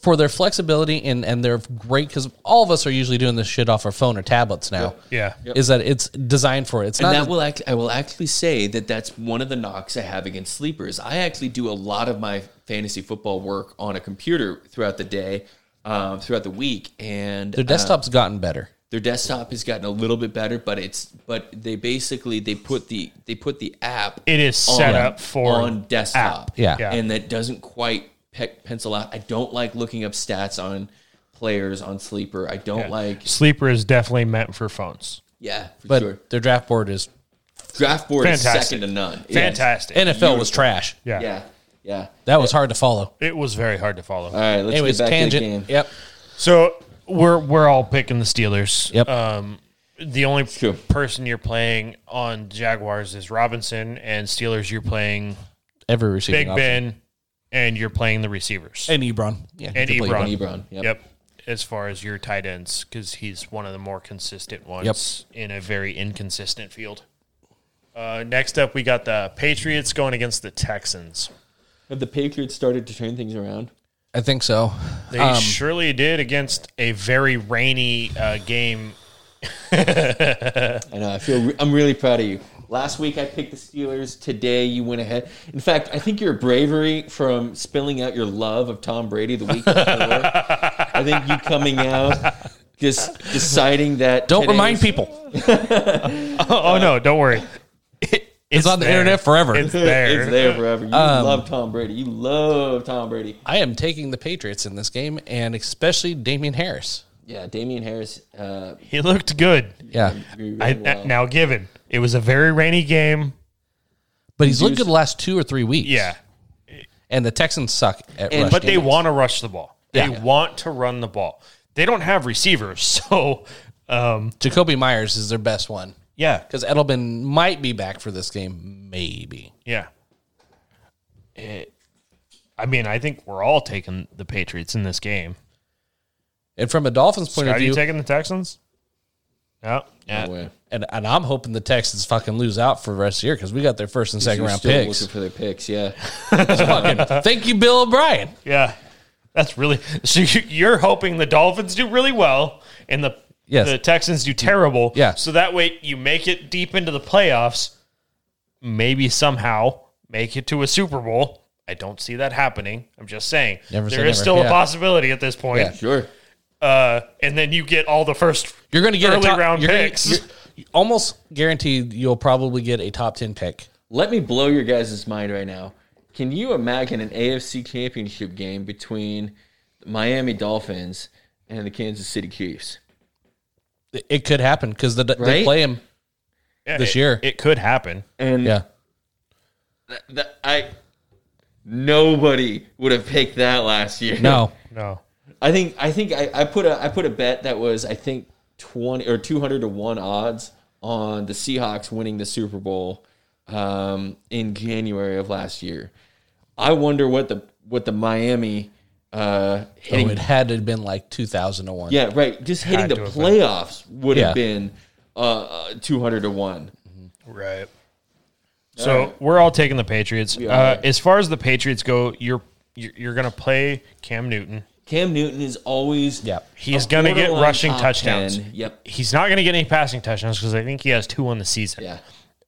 C: for their flexibility and and they're great because all of us are usually doing this shit off our phone or tablets now.
B: yeah.
C: Is that it's designed for it? It's
A: And
C: not
A: that will act, I will actually say that that's one of the knocks I have against sleepers. I actually do a lot of my fantasy football work on a computer throughout the day, um, throughout the week, and
C: their desktop's gotten better.
A: their desktop has gotten a little bit better but it's but they basically they put the they put the app
B: It is set up for
A: on desktop
B: app.
C: Yeah.
B: Yeah.
A: and that doesn't quite pe- pencil out i don't like looking up stats on players on sleeper i don't like
B: Sleeper is definitely meant for phones.
A: yeah for
C: But
A: sure
C: their draft board is
A: draft board is
B: Fantastic.
A: second to none Yes.
B: Fantastic.
C: NFL was trash.
B: yeah.
A: yeah yeah
C: That was hard to follow.
B: It was very hard to follow.
A: all right let's
C: Anyways,
A: get back
C: tangent.
A: to the game
C: Yep.
B: so we're we're all picking the Steelers.
C: Yep.
B: Um, the only
A: true.
B: person you're playing on Jaguars is Robinson, and Steelers you're playing
C: Every receiving
B: Big
C: option.
B: Ben, and you're playing the receivers
C: and Ebron. Yeah.
B: and
C: you could play
B: Ebron.
A: Ebron, yep.
B: As far as your tight ends, because he's one of the more consistent ones in a very inconsistent field. Uh, next up, we got the Patriots going against the Texans.
A: have the patriots started to turn things around
C: I think so. Um,
B: They surely did against a very rainy uh, game.
A: uh, I know. I feel. I'm really proud of you. Last week I picked the Steelers. Today you went ahead. In fact, I think your bravery from spilling out your love of Tom Brady the week before. I think you coming out, just deciding that.
C: Don't
A: today's-
C: remind people.
B: Oh, no, don't worry. It-
C: It's on the
B: there.
C: internet forever.
B: It's there.
A: It's there forever. You
C: Um,
A: love Tom Brady. You love Tom Brady.
C: I am taking the Patriots in this game, and especially Damian Harris.
A: Yeah, Damian Harris. Uh,
B: He looked good.
C: Yeah,
A: really
B: I,
A: well.
B: Now, given it was a very rainy game,
C: but he's looked good the last two or three weeks.
B: yeah,
C: and the Texans suck at
A: And-
C: rush.
B: but they
C: game.
B: want to rush the ball. They
C: Yeah.
B: want to run the ball. They don't have receivers, so um,
C: Jacoby Myers is their best one
B: yeah,
C: because Edelman might be back for this game, maybe.
B: yeah. It- I mean, I think we're all taking the Patriots in this game.
C: And from a Dolphins point
B: Are
C: of
B: you
C: view,
B: taking the Texans? No,
A: No
B: yeah.
A: way.
C: and, and I'm hoping the Texans fucking lose out for the rest of the year because we got their first and second
A: You're
C: round
A: still
C: picks.
A: looking for their picks. Yeah.
C: fucking, thank you, Bill O'Brien.
B: Yeah, that's really. So you- you're hoping the Dolphins do really well and the
C: Yes.
B: the Texans do terrible.
C: Yeah.
B: So that way you make it deep into the playoffs. Maybe somehow make it to a Super Bowl. I don't see that happening. I'm just saying
C: Never say
B: there is
C: never.
B: still
C: Yeah.
B: a possibility at this point.
C: Yeah.
A: Sure.
B: Uh, and then you get all the first
C: You're going to get
B: early
C: a top,
B: round
C: you're gonna-
B: picks.
C: you're- you almost guaranteed you'll probably get a top ten pick.
A: Let me blow your guys' mind right now. Can you imagine an AFC championship game between the Miami Dolphins and the Kansas City Chiefs.
C: It could happen because the,
A: Right?
C: they play him.
B: Yeah,
C: This
B: it-
C: year.
B: It could happen.
A: And
C: Yeah.
A: th- th- I nobody would have picked that last year.
C: No.
B: No.
A: I think I think I, I put a I put a bet that was I think twenty or two hundred to one odds on the Seahawks winning the Super Bowl um, in January of last year. I wonder what the what the Miami uh, hitting
C: Oh, it had to have been like 2001.
A: yeah right just hitting
B: Had
A: the
B: to have
A: playoffs would have
C: Yeah.
A: been uh, two hundred to one.
B: Right. So we're all taking the Patriots. Uh, as far as the Patriots go, you're you're, you're going to play Cam Newton.
A: Cam Newton is always
C: Yeah.
B: He's
A: a
B: going to get
A: borderline
B: rushing
A: top
B: touchdowns.
A: 10. Yep.
B: He's not going to get any passing touchdowns because I think he has two on the season.
A: Yeah.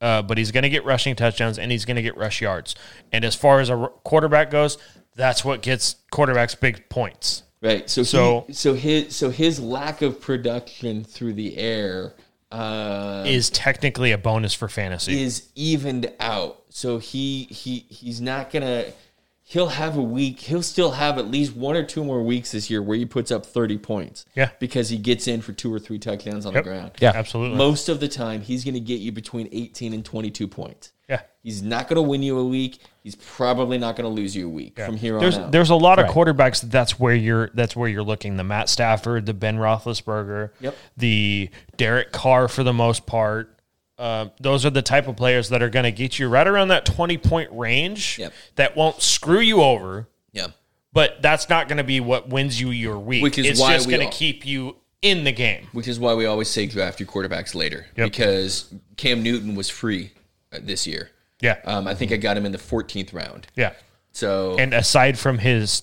B: Uh, but he's going to get rushing touchdowns and he's going to get rush yards. And as far as a r- quarterback goes, that's what gets quarterbacks big points.
A: Right. So so
B: So-
A: so his so his lack of production through the air uh,
B: Is technically a bonus for fantasy.
A: is evened out. So he he he's not gonna. He'll have a week. He'll still have at least one or two more weeks this year where he puts up thirty points.
B: Yeah.
A: Because he gets in for two or three touchdowns on
B: Yep.
A: the ground.
C: Yeah.
B: Absolutely.
A: Most of the time, he's going to get you between eighteen and twenty-two points.
B: yeah.
A: He's not going to win you a week. He's probably not going to lose you a week from here
B: there's
A: on out.
B: there's a lot of
C: Right.
B: quarterbacks that that's where you're that's where you're looking. The Matt Stafford, the Ben Roethlisberger,
A: Yep.
B: the Derek Carr for the most part. Uh, those are the type of players that are going to get you right around that twenty point range.
A: Yep.
B: That won't screw you over,
A: yeah.
B: but that's not going to be what wins you your week.
A: Which is
B: it's
A: why
B: just
A: we
B: going
A: all-
B: to keep you in the game.
A: which is why we always say draft your quarterbacks later
B: Yep.
A: because Cam Newton was free uh, this year.
B: Yeah,
A: Um, I think I got him in the 14th round.
B: yeah.
A: So
B: And aside from his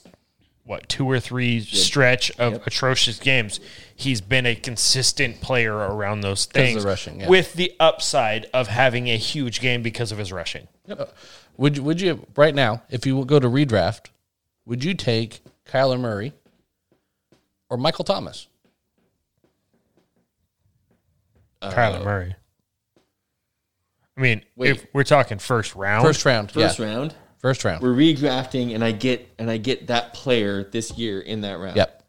B: what two or three stretch of atrocious games, he's been a consistent player around those
C: of
B: things.
C: the rushing, yeah.
B: With the upside of having a huge game because of his rushing.
C: Would you, would you right now if you go to redraft, would you take Kyler Murray or Michael Thomas?
A: uh,
C: Uh,
B: Kyler Murray. I mean,
A: Wait.
B: if we're talking first round,
C: First round.
A: first
C: yeah.
A: round,
C: First round.
A: we're redrafting, and I get and I get that player this year in that round.
C: Yep.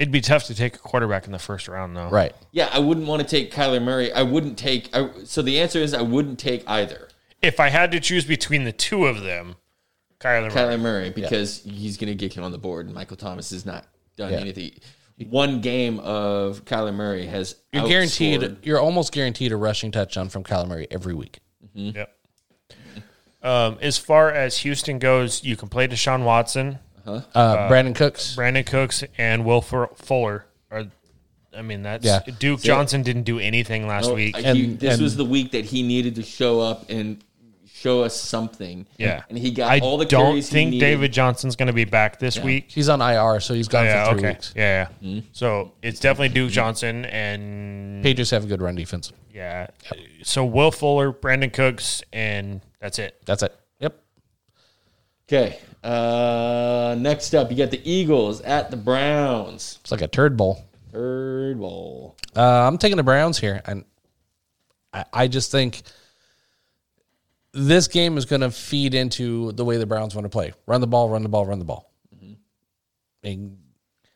B: it'd be tough to take a quarterback in the first round, though.
C: Right.
A: Yeah, I wouldn't want to take Kyler Murray. I wouldn't take. I, so the answer is I wouldn't take either
B: If I had to choose between the two of them, Kyler Murray.
A: Kyler Murray because he's going to get him on the board, and Michael Thomas has not done
C: Yeah.
A: anything. One game of Kyler Murray has
C: You're guaranteed.
A: outscored-
C: You're almost guaranteed a rushing touchdown from Kyler Murray every week.
B: Yep. Um, as far as Houston goes, you can play Deshaun Watson.
C: Uh, Brandon Cooks.
B: Brandon Cooks and Will Fu- Fuller are. I mean, that's
C: Yeah.
B: Duke Johnson didn't do anything last week.
A: I-
C: And-
A: he- this
C: and-
A: was the week that he needed to show up and show us something.
B: yeah,
A: and he got
B: I
A: all the
B: don't
A: carries he
B: think
A: needed.
B: David Johnson's going to be back this week.
C: He's on IR, so he's gone
B: Yeah,
C: for three
B: okay,
C: weeks.
B: yeah. yeah.
A: Mm-hmm.
B: So it's definitely Duke Johnson and
C: Patriots have a good run defense.
B: yeah. So Will Fuller, Brandon Cooks, and that's it.
C: That's it. Yep.
A: Okay. Uh, next up, you got the Eagles at the Browns.
C: It's like a turd bowl.
A: Third bowl.
C: Uh, I'm taking the Browns here, and I, I just think this game is going to feed into the way the Browns want to play: run the ball, run the ball, run the ball. And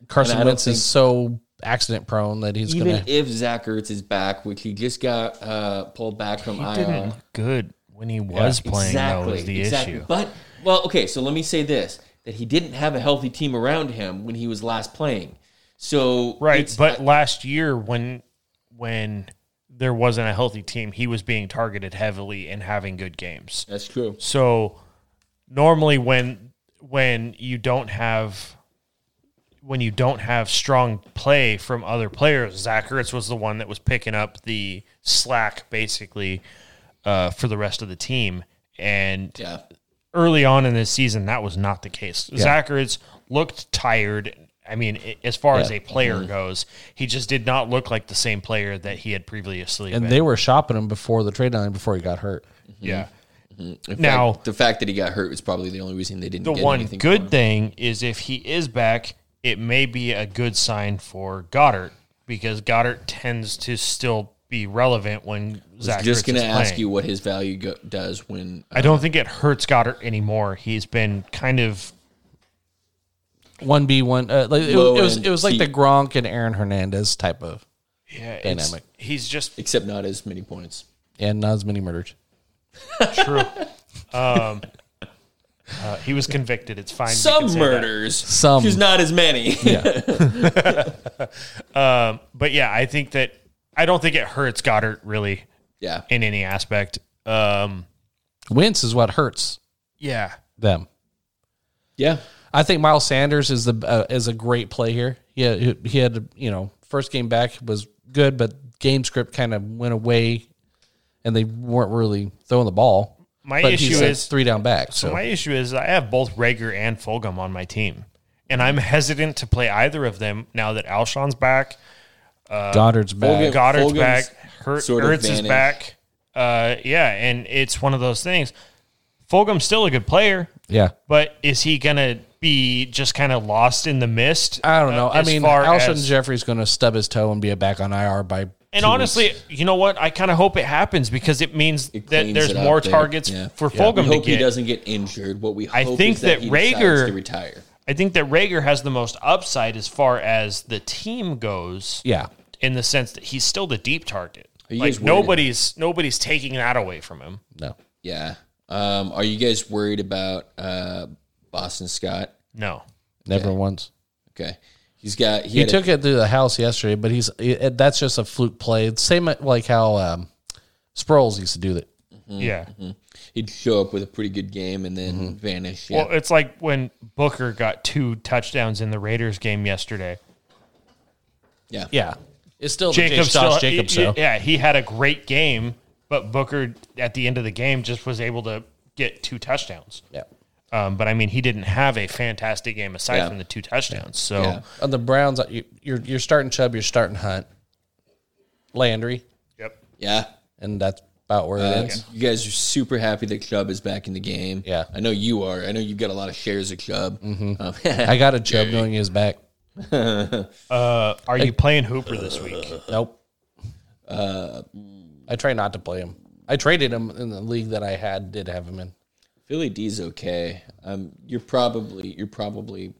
C: Carson
A: Mm-hmm. And I don't
C: Wentz
A: think-
C: is so accident prone that he's
A: Even
C: going to.
A: if Zach Ertz is back, which he just got uh, pulled back from
B: He
A: IR.
B: didn't look good when he was playing. though, is the issue.
A: But well, okay. So let me say this: that he didn't have a healthy team around him when he was last playing. So
B: Right,
A: it's-
B: but last year when when there wasn't a healthy team, he was being targeted heavily and having good games.
A: that's true.
B: So normally when when you don't have when you don't have strong play from other players, Zach Ertz was the one that was picking up the slack basically uh, for the rest of the team. And
A: Yeah.
B: early on in this season, that was not the case. Zach Ertz looked tired. I mean, i- as far as a player
A: Mm-hmm.
B: goes, he just did not look like the same player that he had previously
C: And
B: been.
C: they were shopping him before the trade line before he got hurt.
B: yeah.
A: Mm-hmm. In fact,
B: Now-
A: the fact that he got hurt was probably the only reason they didn't.
B: The
A: get
B: one
A: anything
B: good thing is if he is back, it may be a good sign for Goddard because Goddard tends to still be relevant when Zach.
A: just
B: Ertz
A: going to
B: is
A: ask
B: playing.
A: you what his value go- does when uh,
B: I don't think it hurts Goddard anymore. He's been kind of
C: one b one. uh, Like it,
A: Low
C: it was
A: end
C: it was like
A: deep.
C: the Gronk and Aaron Hernandez type of,
B: Yeah, it's-
C: Dynamic.
B: He's just
A: except not as many points.
C: and not as many murders.
B: true. um, uh, he was convicted. It's fine. we can
A: Some
B: say that.
A: murders,
C: Some.
A: just not as many.
C: Yeah,
B: But yeah, I think that I don't think it hurts Goddard really
A: yeah.
B: in any aspect. Um,
C: Wince is what hurts
B: yeah,
C: them.
A: Yeah.
C: I think Miles Sanders is the uh, is a great play here. He had, he had you know first game back was good, but game script kind of went away, and they weren't really throwing the ball.
B: My
C: but
B: issue
C: he's a
B: is-
C: three down back. So
B: My issue is I have both Rager and Fulgham on my team, and I'm hesitant to play either of them now that Alshon's back,
C: Goddard's back.
A: Fulgham-
B: Goddard's
A: Fulgham's
B: back, Hur-
A: sort of
B: Ertz is
A: vanished.
B: back. Uh, yeah, and it's one of those things. Fulgham's still a good player,
C: Yeah,
B: but is he gonna be just kind of lost in the mist?
C: I don't know.
B: Uh,
C: I
B: as
C: mean,
B: far
C: Alshon
B: as-
C: Jeffrey's going to stub his toe and be a back on IR by.
B: And
C: two
B: honestly,
C: weeks.
B: you know what? I kind of hope it happens because it means that
A: cleans
B: there's
A: it up
B: more
A: there.
B: targets
A: Yeah.
B: for
A: Yeah.
B: Fulgham
A: we hope
B: to
A: he
B: get.
A: doesn't get injured. What we hope
B: I think
A: is that,
B: that
A: he
B: Rager-
A: decides to retire.
B: I think that Rager has the most upside as far as the team goes.
C: yeah,
B: in the sense that he's still the deep target.
A: He
B: like
A: is worried.
B: nobody's nobody's taking that away from him.
C: no,
A: Yeah. Um, are you guys worried about uh, Boston Scott?
B: No.
C: never once.
A: Okay. He's got he,
C: He
A: had a-
C: took it through the house yesterday, but he's it, that's just a fluke play. Same like how um, Sproles used to do that.
A: Mm-hmm.
B: Yeah.
A: he'd show up with a pretty good game and then vanish. Yeah.
B: Well, it's like when Booker got two touchdowns in the Raiders game yesterday.
A: yeah.
C: Yeah, it's still
B: Jacobs,
C: the Josh
B: still-
C: Jacobs
B: y- y-
C: show.
B: yeah, he had a great game, but Booker at the end of the game just was able to get two touchdowns.
C: Yeah.
B: Um, but I mean, he didn't have a fantastic game aside
A: Yeah.
B: from the two touchdowns. So
A: Yeah.
C: On the Browns, uh, you, you're you're starting Chubb, you're starting Hunt, Landry,
B: yep.
A: Yeah.
C: and that's about where it
A: Uh,
C: ends.
A: You guys are super happy that Chubb is back in the game.
C: Yeah.
A: I know you are. I know you've got a lot of shares of Chubb. Um,
C: I got a Chubb knowing his back.
B: Uh, are you playing Hooper this week?
A: Uh,
C: Nope. I try not to play him. I traded him in the league that I had did have him in.
A: Philly D's okay. Um, you're probably you're probably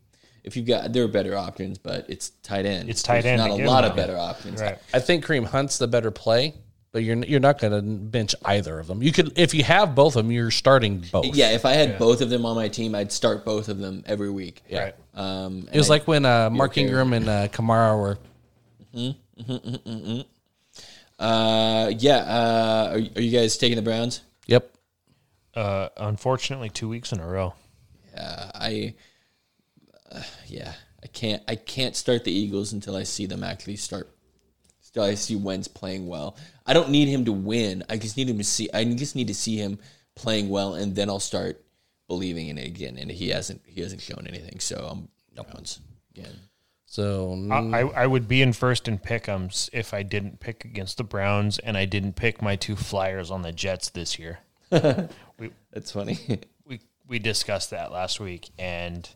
A: if you've got there are better options, but it's tight end.
B: It's tight
A: There's
B: end
A: Not a
B: again,
A: lot
B: though.
A: of better options.
B: Right.
C: I think Kareem Hunt's the better play, but you're you're not going to bench either of them. You could if you have both of them, you're starting both.
A: Yeah, if I had both of them on my team, I'd start both of them every week. Yeah.
B: Right.
A: Um,
C: It was like when uh, Mark Ingram and uh, Kamara were.
A: uh, yeah. Uh, are, are you guys taking the Browns?
C: Yep.
B: Uh, unfortunately, two weeks in a row.
A: Uh, I, uh, yeah, I can't. I can't start the Eagles until I see them actually start. Still, I see Wentz playing well. I don't need him to win. I just need him to see. I just need to see him playing well, and then I'll start believing in it again. And he hasn't. He hasn't shown anything. So I'm Browns again.
C: So
A: Uh,
B: I,
A: Mm.
B: I would be in first in pick'ems if I didn't pick against the Browns and I didn't pick my two flyers on the Jets this year.
A: That's funny.
B: We we discussed that last week, and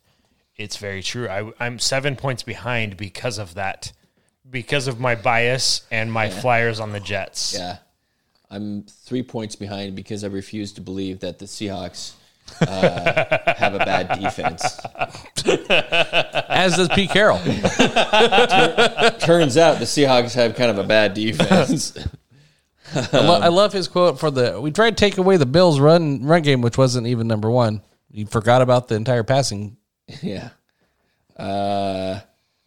B: it's very true. I, I'm seven points behind because of that, because of my bias and my flyers on the Jets.
A: yeah, I'm three points behind because I refuse to believe that the Seahawks uh, have a bad defense. uh,
C: as does Pete Carroll.
A: Turns out the Seahawks have kind of a bad defense.
C: I, lo- I love his quote for the. We tried to take away the Bills' run run game, which wasn't even number one. You forgot about the entire passing.
A: Yeah. Uh,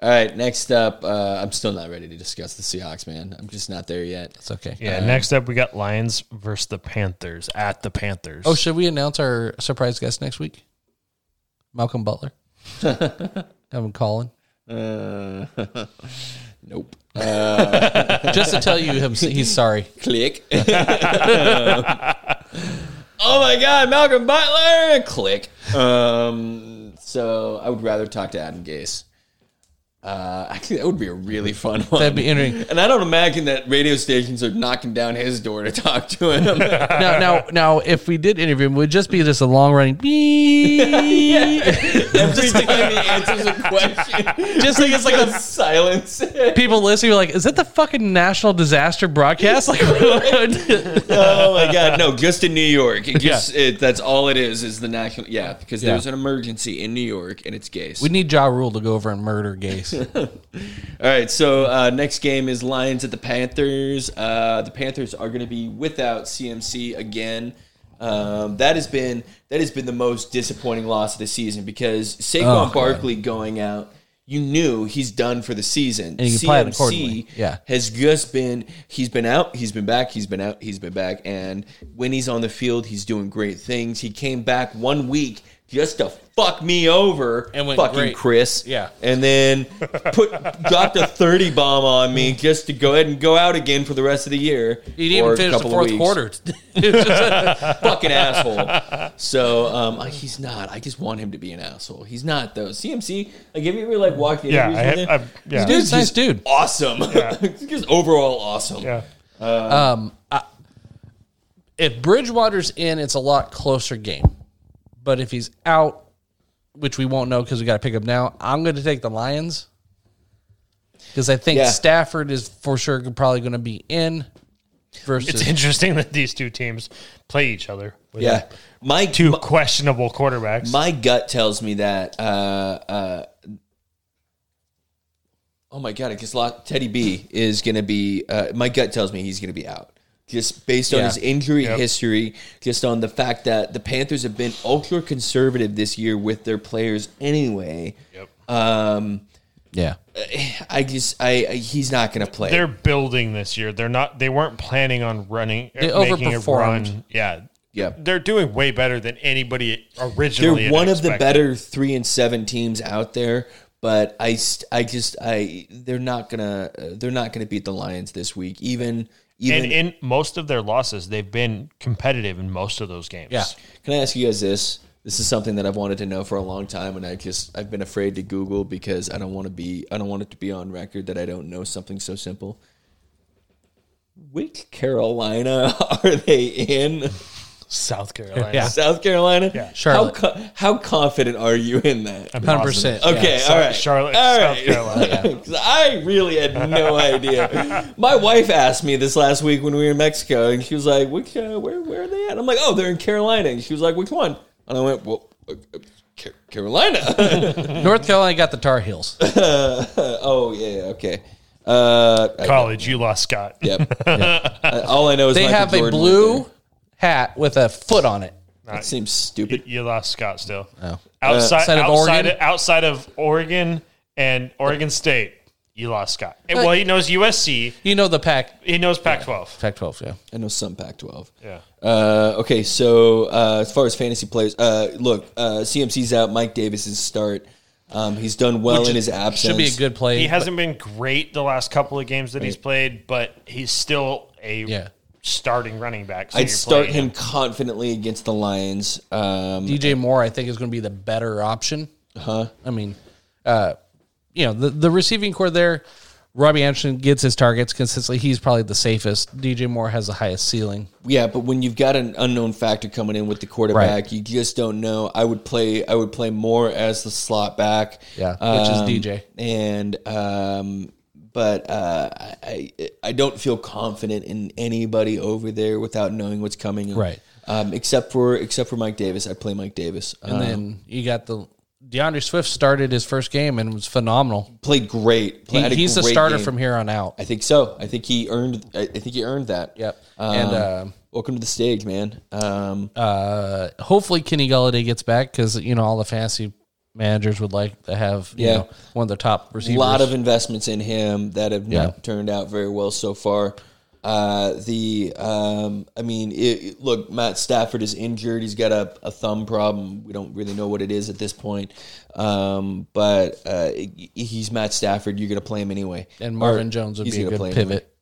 A: all right. Next up, uh, I'm still not ready to discuss the Seahawks, man. I'm just not there yet.
C: It's okay.
B: Yeah,
A: Uh-huh.
B: next up, we got Lions versus the Panthers at the Panthers.
C: Oh, should we announce our surprise guest next week? Malcolm Butler. Have him calling
A: Uh, nope.
C: just to tell you him he's sorry.
A: Click. oh my God, Malcolm Butler. Click. Um, so I would rather talk to Adam Gase. Uh, actually, that would be a really fun one.
C: That'd be interesting.
A: And I don't imagine that radio stations are knocking down his door to talk to him.
C: now, now, now, if we did interview him, it would just be just a long running
A: Every time he answers a question, just like it's like a silence.
C: People listening were like, is that the fucking national disaster broadcast? Like,
A: oh my god, no! Just in New York, it just it, that's all it is. Is the national? Yeah, because there's an emergency in New York, and it's gays.
C: we need Ja Rule to go over and murder gays.
A: All right, so uh, next game is Lions at the Panthers. Uh, the Panthers are going to be without CMC again. Um, that has been that has been the most disappointing loss of the season because
C: Oh,
A: Saquon
C: God.
A: Barkley going out, you knew he's done for the season.
C: And you can plan accordingly. Yeah.
A: has just been he's been out, he's been back, he's been out, he's been back, and when he's on the field, he's doing great things. He came back one week just to fuck me over
C: And went
A: fucking
C: great.
A: Chris.
C: Yeah.
A: And then put dropped a 30 bomb on me just to go ahead and go out again for the rest of the year.
C: He didn't
A: Or a
C: even finish the
A: couple of
C: fourth
A: weeks.
C: quarter.
A: Fucking asshole. So um, I- he's not. I just want him to be an asshole. He's not though. CMC, like have you ever like walked the
B: Yeah,
A: interviews
B: I
A: with
B: have-
A: him?
B: I've- yeah.
A: This
C: Dude's a nice
A: just
C: dude.
A: Awesome. He's just overall awesome.
B: Yeah.
C: Um, I, if Bridgewater's in, it's a lot closer game. But if he's out, which we won't know because we got to pick up now, I'm going to take the Lions because I think
A: Yeah.
C: Stafford is for sure probably going to be in. Versus
B: It's interesting that these two teams play each other. With
A: Yeah. My
B: Two questionable quarterbacks.
A: My gut tells me that. Uh, uh, oh my god! I guess lot Teddy B is going to be. Uh, my gut tells me he's going to be out. Just based on
C: Yeah.
A: his injury history, just on the fact that the Panthers have been ultra conservative this year with their players anyway. Uh,
C: yeah,
A: I just, I, I he's not going to play.
B: They're building this year. They're not. They weren't planning on running. They making a
C: overperformed.
B: run. Yeah.
A: Yeah.
B: They're doing way better than anybody originally.
A: They're
B: had
A: one of the
B: expected.
A: better three and seven teams out there, but I, st- I just, I, they're not gonna, uh, they're not gonna beat the Lions this week. Even, even
B: And in most of their losses, they've been competitive in most of those games.
C: yeah.
A: Can I ask you guys this? This is something that I've wanted to know for a long time, and I just I've been afraid to Google because I don't want to be I don't want it to be on record that I don't know something so simple. Which Carolina are they in?
B: South Carolina.
C: Yeah.
A: South Carolina. Yeah,
C: Charlotte.
A: How, co- how confident are you in that?
C: hundred percent.
A: Okay,
B: Sou-
A: all right.
B: Charlotte,
A: all
B: South Carolina.
A: 'Cause I really had no idea. My wife asked me this last week when we were in Mexico, and she was like, "Which? Uh, where? Where are they at?" I'm like, "Oh, they're in Carolina." And she was like, "Which one?" And I went, "Well, uh, uh, Ca- Carolina."
C: North Carolina got the Tar Heels.
A: oh yeah, okay. Uh, I-
B: College, you lost Scott.
A: yep. Uh, all I know is
C: They
A: Michael
C: have a
A: Jordan went
C: blue hat with a foot on it.
A: there. That seems stupid.
B: You, you lost Scott still.
C: Oh.
B: Outside,
C: Outside of
B: outside,
C: Oregon?
B: Of, outside of Oregon and Oregon State, you lost Scott. And,
C: But-
B: well, he knows USC.
C: You know the pack.
B: He knows Pac-12.
C: Pac twelve. Yeah.
A: I know some Pac-12.
B: Yeah.
A: Uh, okay, so uh, as far as fantasy players, uh, look, uh, CMC's out. Mike Davis is start. Um, he's done well in his absence.
C: Should be a good play.
B: He hasn't been great the last couple of games that he's played, but he's still a
C: Yeah.
B: starting running back. So
A: I'd
B: you're
A: start
B: playing
A: him confidently against the Lions. Um,
C: DJ Moore, I think, is going to be the better option.
A: Uh-huh.
C: Huh? I mean, uh, you know, the, the receiving core there, Robbie Anderson gets his targets consistently. He's probably the safest. DJ Moore has the highest ceiling.
A: yeah, but when you've got an unknown factor coming in with the quarterback, you just don't know. I would play. I would play more as the slot back.
C: Yeah, which is
A: Um,
C: DJ.
A: And um, but uh, I I- I don't feel confident in anybody over there without knowing what's coming.
C: Right.
A: Um, except for except for Mike Davis, I play Mike Davis. Um,
C: And then you got the DeAndre Swift started his first game and was phenomenal.
A: played great.
C: He,
A: Played, had a
C: he's the
A: great
C: starter
A: game.
C: from here on out.
A: I think so. I think he earned. I I think he earned that.
C: Yep.
A: Um,
C: and um
A: welcome to the stage, man. Um,
C: uh, hopefully Kenny Galladay gets back because you know all the fantasy managers would like to have you
A: Yeah.
C: know one of the top
A: a
C: receivers.
A: lot of investments in him that have not
C: Yeah.
A: turned out very well so far. Uh, the um, I mean, it, look, Matt Stafford is injured. He's got a, a thumb problem. We don't really know what it is at this point. Um, but uh, he- he's Matt Stafford. You're going to play him anyway.
C: and
A: Or
C: Marvin Jones would
A: he's
C: be a
A: gonna play
C: good
A: anyway.
C: pivot.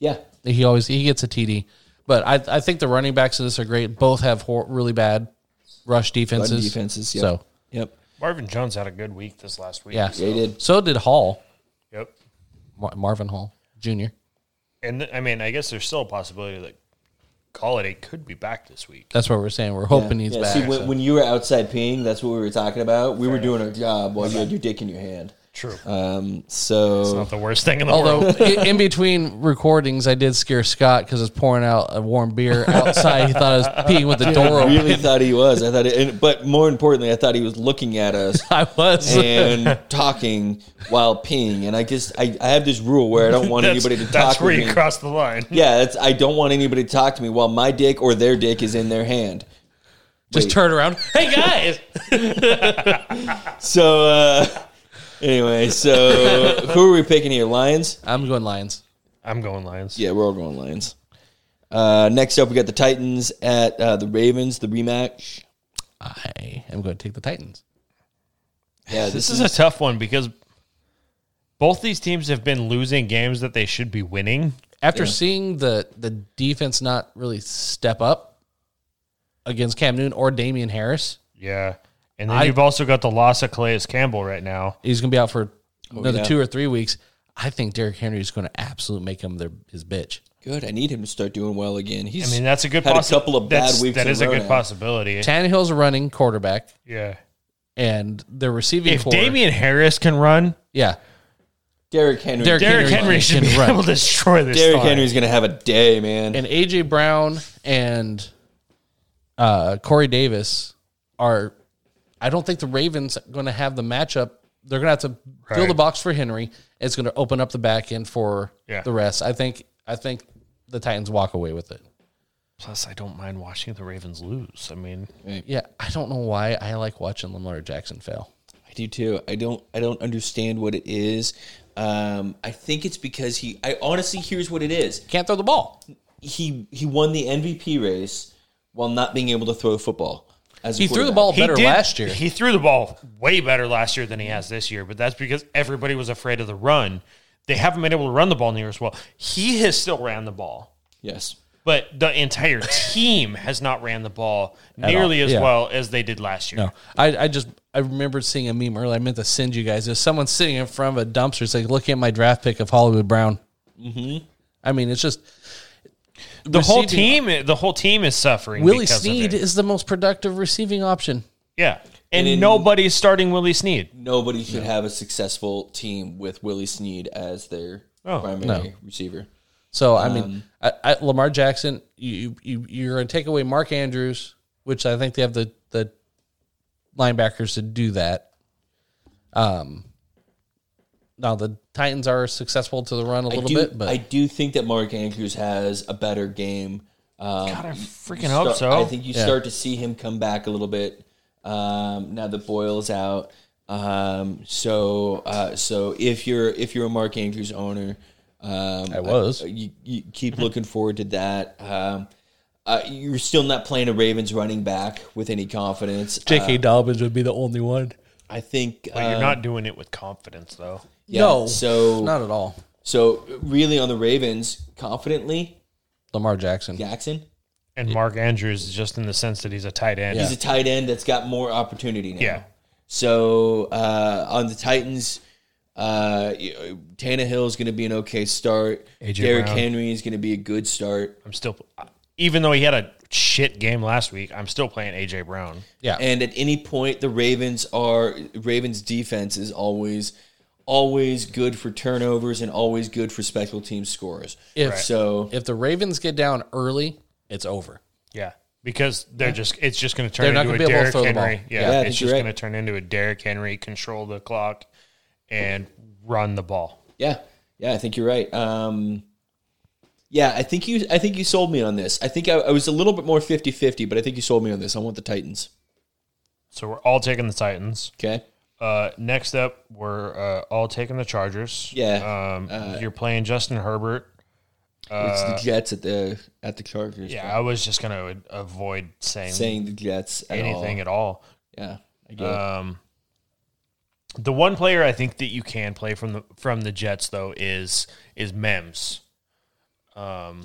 A: Yeah,
C: He always he gets a TD, but I I think the running backs of this are great. Both have hor- really bad rush defenses.
A: defenses. Yep.
C: So
A: yep.
B: Marvin Jones had a good week this last week.
C: Yeah.
A: They did.
C: So did Hall,
B: Yep.
C: Mar- Marvin Hall Jr.
B: And th- I mean, I guess there's still a possibility that Galladay could be back this week.
C: That's what we're saying. We're hoping he's
A: yeah,
C: back.
A: See, when,
C: so.
A: when you were outside peeing, that's what we were talking about. We were doing our job while you had your dick in your hand.
B: True.
A: Um,
B: Not
A: so
B: the worst thing in the world.
C: Although i- in between recordings, I did scare Scott because I was pouring out a warm beer outside. He thought I was peeing with the door
A: I
C: open.
A: really thought he was. I thought, it, and, but more importantly, I thought he was looking at us
C: I was.
A: and talking while peeing. And I just, I, I have this rule where I don't want
B: That's,
A: anybody to
B: that's
A: talk.
B: where
A: with
B: you
A: me.
B: cross the line.
A: Yeah, that's, I don't want anybody to talk to me while my dick or their dick is in their hand.
C: Just
A: Wait.
C: turn around. Hey guys.
A: So uh, anyway, so who are we picking here? Lions.
C: I'm going Lions.
B: I'm going Lions.
A: Yeah, we're all going Lions. Uh, next up, we got the Titans at uh, the Ravens, the rematch.
C: I am going to take the Titans.
A: Yeah,
B: This is a tough one because both these teams have been losing games that they should be winning.
C: After seeing the the defense not really step up against Cam Newton or Damian Harris,
B: Yeah. And then
C: I-
B: you've also got the loss of Calais Campbell right now.
C: he's going to be out for another
A: yeah.
C: two or three weeks. I think Derrick Henry is going to absolutely make him their his bitch.
A: good. I need him to start doing well again. He's
B: I mean, that's a good
A: had
B: possi-
A: a couple of bad
B: that's-
A: weeks.
B: That
A: in
B: is
A: a
B: a
A: row
B: good
A: now.
B: possibility.
C: Tannehill's a running quarterback,
B: Yeah.
C: and their receiving
B: If
C: core.
B: Damian Harris can run,
C: yeah,
A: Derrick Henry.
C: Derrick-
A: Derrick,
B: Derrick
C: Henry
B: Henry should
C: can
B: be
C: run.
B: able to destroy this. line.
A: Henry's gonna have a day, man.
C: and AJ Brown and uh, Corey Davis are. I don't think the Ravens going to have the matchup. They're going to have to fill
B: Right.
C: the box for Henry. It's going to open up the back end for
B: Yeah.
C: the rest. I think. I think the Titans walk away with it.
B: Plus, I don't mind watching the Ravens lose. I mean,
C: Yeah, I don't know why I like watching Lamar Jackson fail.
A: I do too. I don't. I don't understand what it is. Um, I think it's because he. I honestly, here's what it is.
C: Can't throw the ball.
A: He he won the MVP race while not being able to throw the football. As a
C: He threw the
A: quarterback.
C: ball
B: he
C: better
B: did-
C: last year.
B: He threw the ball way better last year than he has this year, but that's because everybody was afraid of the run. They haven't been able to run the ball near as well. He has still ran the ball,
A: Yes.
B: but the entire team has not ran the ball nearly as
C: yeah.
B: well as they did last year.
C: No, I, I just I remembered seeing a meme earlier. I meant to send you guys. There's someone sitting in front of a dumpster. It's like looking at my draft pick of Hollywood Brown. Mm-hmm. I mean, it's just
B: The whole team, the whole team is suffering.
C: Willie
B: because of
C: Sneed
B: it.
C: is the most productive receiving option.
B: yeah, and,
A: in-
B: nobody's starting Willie Sneed.
A: Nobody should have a successful team with Willie Sneed as their
B: Oh,
A: primary receiver.
C: So I
A: Um,
C: mean, I, I, Lamar Jackson. You you you- you're going to take away Mark Andrews, which I think they have the the linebackers to do that. Um. Now the Titans are successful to the run a
A: I
C: little
A: do,
C: bit, but
A: I do think that Mark Andrews has a better game. Um,
B: God, I freaking
A: you
B: hope
A: start-
B: so.
A: I think you start to see him come back a little bit um, now that Boyle's out. Um, so uh, so if you're if you're a Mark Andrews owner, um, I
C: was.
A: you, you keep looking forward to that. Um, uh, you're still not playing a Ravens running back with any confidence. Uh,
C: J.K. Dobbins would be the only one.
A: I think
B: But you're
A: um,
B: not doing it with confidence, though.
A: yeah,
C: no,
A: So
C: not at all.
A: so really on the Ravens confidently
C: Lamar Jackson.
A: Jackson.
B: And Mark Andrews is just in the sense that he's a tight end.
A: He's a tight end that's got more opportunity now.
B: Yeah.
A: So uh, on the Titans, uh, Tannehill is going to be an okay start.
B: AJ
A: Derrick
B: Brown.
A: Henry is going to be a good start.
B: I'm still, even though he had a shit game last week, I'm still playing AJ Brown.
C: Yeah.
A: And at any point, the Ravens are Ravens defense is always always good for turnovers and always good for special team scores.
C: If-
A: so,
C: if the Ravens get down early, it's over.
B: Yeah, because they're just it's just going to turn
C: They're not
B: into a
C: gonna be able to
B: Derrick
C: throw the
B: Henry.
C: ball.
B: Yeah,
A: Yeah, I
B: it's
A: think you're
B: just
A: right.
B: going to turn into a Derrick Henry control the clock and run the ball.
A: yeah, yeah, I think you're right. Um, yeah, I think you I think you sold me on this. I think I, I was a little bit more 50-50, but I think you sold me on this. I want the Titans.
B: So we're all taking the Titans.
A: Okay.
B: Uh, next up, we're uh, all taking the Chargers.
A: Yeah.
B: um, you're playing Justin Herbert.
A: It's the Jets at the at the Chargers.
B: Uh, Yeah, I was just going to avoid saying,
A: saying the Jets at
B: anything
A: All.
B: at all.
A: Yeah, I get it.
B: Um, the one player I think that you can play from the from the Jets though is is Mems.
A: Yeah,
B: Um,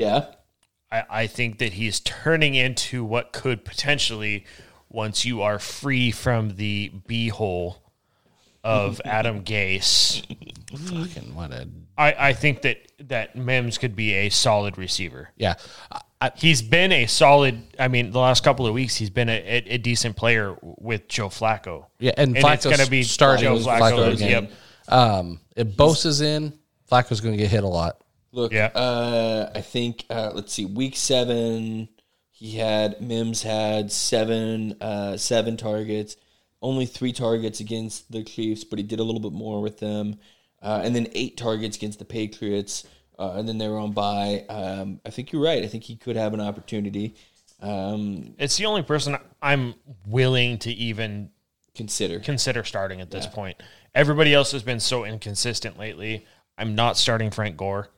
B: I, I think that he's turning into what could potentially once you are free from the beehole of Adam Gase.
C: Fucking what a
B: I, I think that that Mims could be a solid receiver.
C: yeah. I,
B: He's been a solid. I mean, the last couple of weeks, he's been a, a, a decent player with Joe Flacco.
C: yeah, and,
B: it's
C: Flacco's
B: gonna be
C: starting
B: Joe
C: with
B: Flacco,
C: Flacco again.
B: Yep.
C: Um, if Bosa's in, Flacco's going to get hit a lot.
A: Look,
B: Yeah.
A: uh, I think uh, let's see, week seven, he had Mims had seven uh, seven targets, only three targets against the Chiefs, but he did a little bit more with them, uh, and then eight targets against the Patriots, uh, and then they were on by. Um, I think you're right. I think he could have an opportunity. Um,
B: It's the only person I'm willing to even
A: consider.
B: consider starting at this point. Everybody else has been so inconsistent lately. I'm not starting Frank Gore.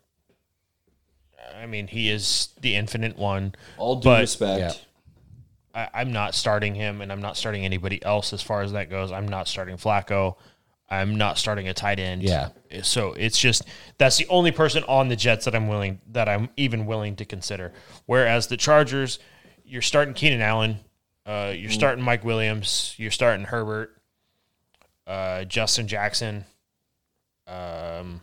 B: I mean, he is the infinite one.
A: All due
B: but-
A: respect.
C: Yeah.
B: I, I'm not starting him, and I'm not starting anybody else as far as that goes. I'm not starting Flacco. I'm not starting a tight end.
C: Yeah.
B: So it's just that's the only person on the Jets that I'm willing that I'm even willing to consider. Whereas the Chargers, you're starting Keenan Allen, uh, you're starting Mike Williams, you're starting Herbert, uh, Justin Jackson, um,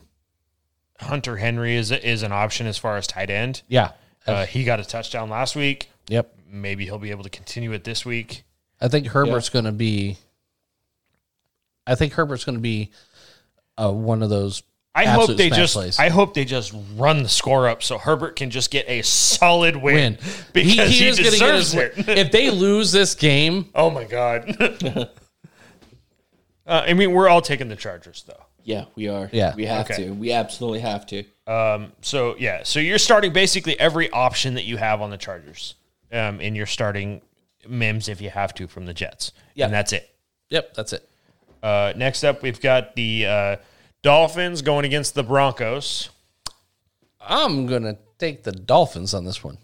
B: Hunter Henry is is an option as far as tight end.
C: Yeah.
B: Uh, he got a touchdown last week
C: Yep.
B: maybe he'll be able to continue it this week.
C: I think Herbert's going to be. I think Herbert's going to be uh, one of those.
B: I
C: absolute
B: hope they
C: smash
B: just
C: plays.
B: I hope they just run the score up so Herbert can just get a solid win,
C: win
B: because he,
C: is gonna get
B: deserves
C: his win.
B: it.
C: if they lose this game,
B: Oh my god. Uh, I mean, we're all taking the Chargers though.
A: Yeah, we are.
C: Yeah.
A: we have
B: Okay.
A: to. We absolutely have to.
B: So yeah, so you're starting basically every option that you have on the Chargers, um, and you're starting Mims if you have to from the Jets.
C: Yeah.
B: and that's it.
C: yep, that's it.
B: Uh, next up, we've got the uh, Dolphins going against the Broncos.
C: I'm going to take the Dolphins on this one.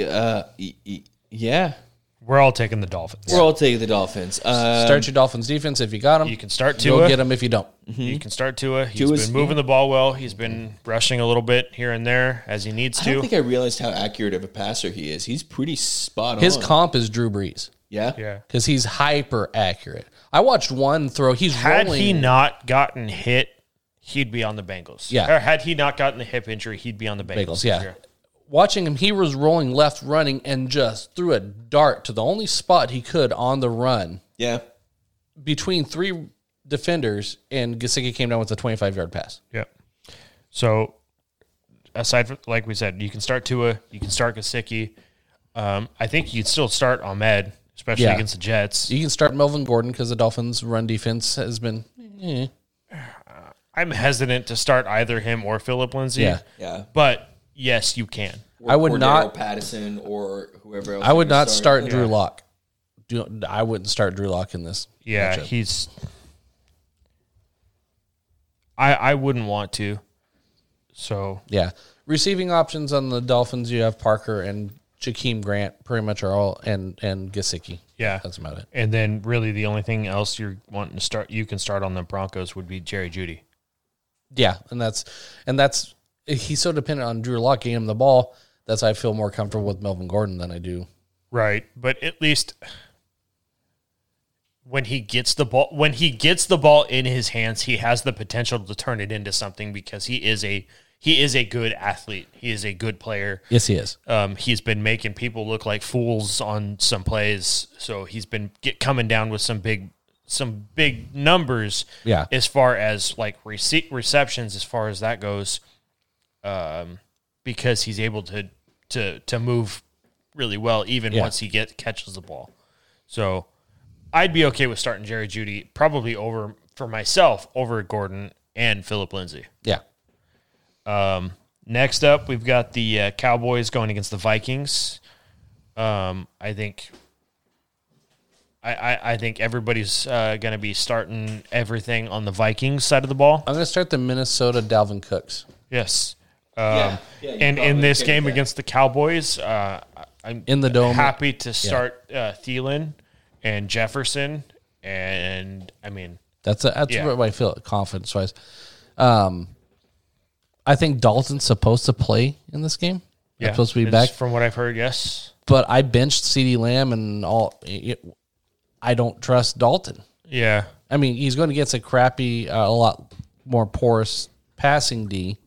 A: Uh, y- y- yeah,
B: We're all taking the Dolphins.
A: we're all taking the Dolphins. Uh,
C: Start your Dolphins defense if you got them.
B: Um, you can start
C: You'll
B: Tua.
C: get them if you don't.
B: You can start Tua. He's
A: Tua's-
B: been moving the ball well. He's been rushing a little bit here and there as he needs
A: I
B: to.
A: don't think I realized how accurate of a passer he is. He's pretty spot
C: His
B: Oh.
A: on.
C: comp is Drew Brees
A: yeah,
B: yeah.
C: because he's hyper accurate. I watched one throw. He's
B: Had
C: rolling.
B: he not gotten hit, he'd be on the Bengals.
C: Yeah.
B: Or had he not gotten the hip injury, he'd be on the Bengals.
C: Bengals, yeah. Watching him, he was rolling left, running, and just threw a dart to the only spot he could on the run
A: yeah.
C: between three defenders, and Gasicki came down with a 25 yard pass.
B: Yeah. So, aside from like we said, you can start Tua. You can start Gasicki. Um, I think you'd still start Ahmed, especially
C: Yeah.
B: against the Jets.
C: You can start Melvin Gordon because the Dolphins' run defense has been. eh.
B: I'm hesitant to start either him or Philip Lindsay.
C: Yeah.
A: Yeah.
B: But yes, you can.
A: Or-
C: I would
A: or
C: not-
A: Darryl Patterson or whoever else.
C: I would
A: they
C: not
A: started.
C: start Drew Lock. Do, I wouldn't start Drew Lock in this.
B: Yeah,
C: matchup.
B: he's. I I wouldn't want to. So
C: Yeah. Receiving options on the Dolphins, you have Parker and Jakeem Grant, pretty much are all, and and Gasicki.
B: yeah,
C: That's about it.
B: and then really the only thing else you're wanting to start, you can start on the Broncos would be Jerry Judy.
C: Yeah, and that's and that's he's so dependent on Drew Lock getting him the ball. That's why I feel more comfortable with Melvin Gordon than I do.
B: Right, but at least when he gets the ball, when he gets the ball in his hands, he has the potential to turn it into something because he is a he is a good athlete. He is a good player.
C: Yes, he is.
B: Um, he's been making people look like fools on some plays, so he's been get, coming down with some big, some big numbers.
C: Yeah.
B: as far as like rece- receptions, as far as that goes, um, because he's able to to to move really well, even
C: Yeah.
B: once he get catches the ball. So, I'd be okay with starting Jerry Judy probably over for myself over Gordon and Philip Lindsay.
C: Yeah.
B: Um, next up, we've got the uh, Cowboys going against the Vikings. Um, I think. I, I, I think everybody's uh, going to be starting everything on the Vikings side of the ball.
C: I'm going to start the Minnesota Dalvin Cooks.
B: Yes. Um,
A: yeah, you
B: and in
A: probably
B: this
A: could
B: game
A: do that.
B: against the Cowboys, uh, I- I'm
C: In the dome.
B: happy to start uh, Thielen and Jefferson. And I mean,
C: That's a, that's
B: Yeah.
C: where I feel confidence wise. Um, I think Dalton's supposed to play in this game. Yeah,
B: yeah,
C: supposed to be
B: it's-
C: back.
B: From what I've heard, yes.
C: But I benched CD Lamb and all. I don't trust Dalton.
B: Yeah.
C: I mean, he's going against a crappy, uh, a lot more porous passing D.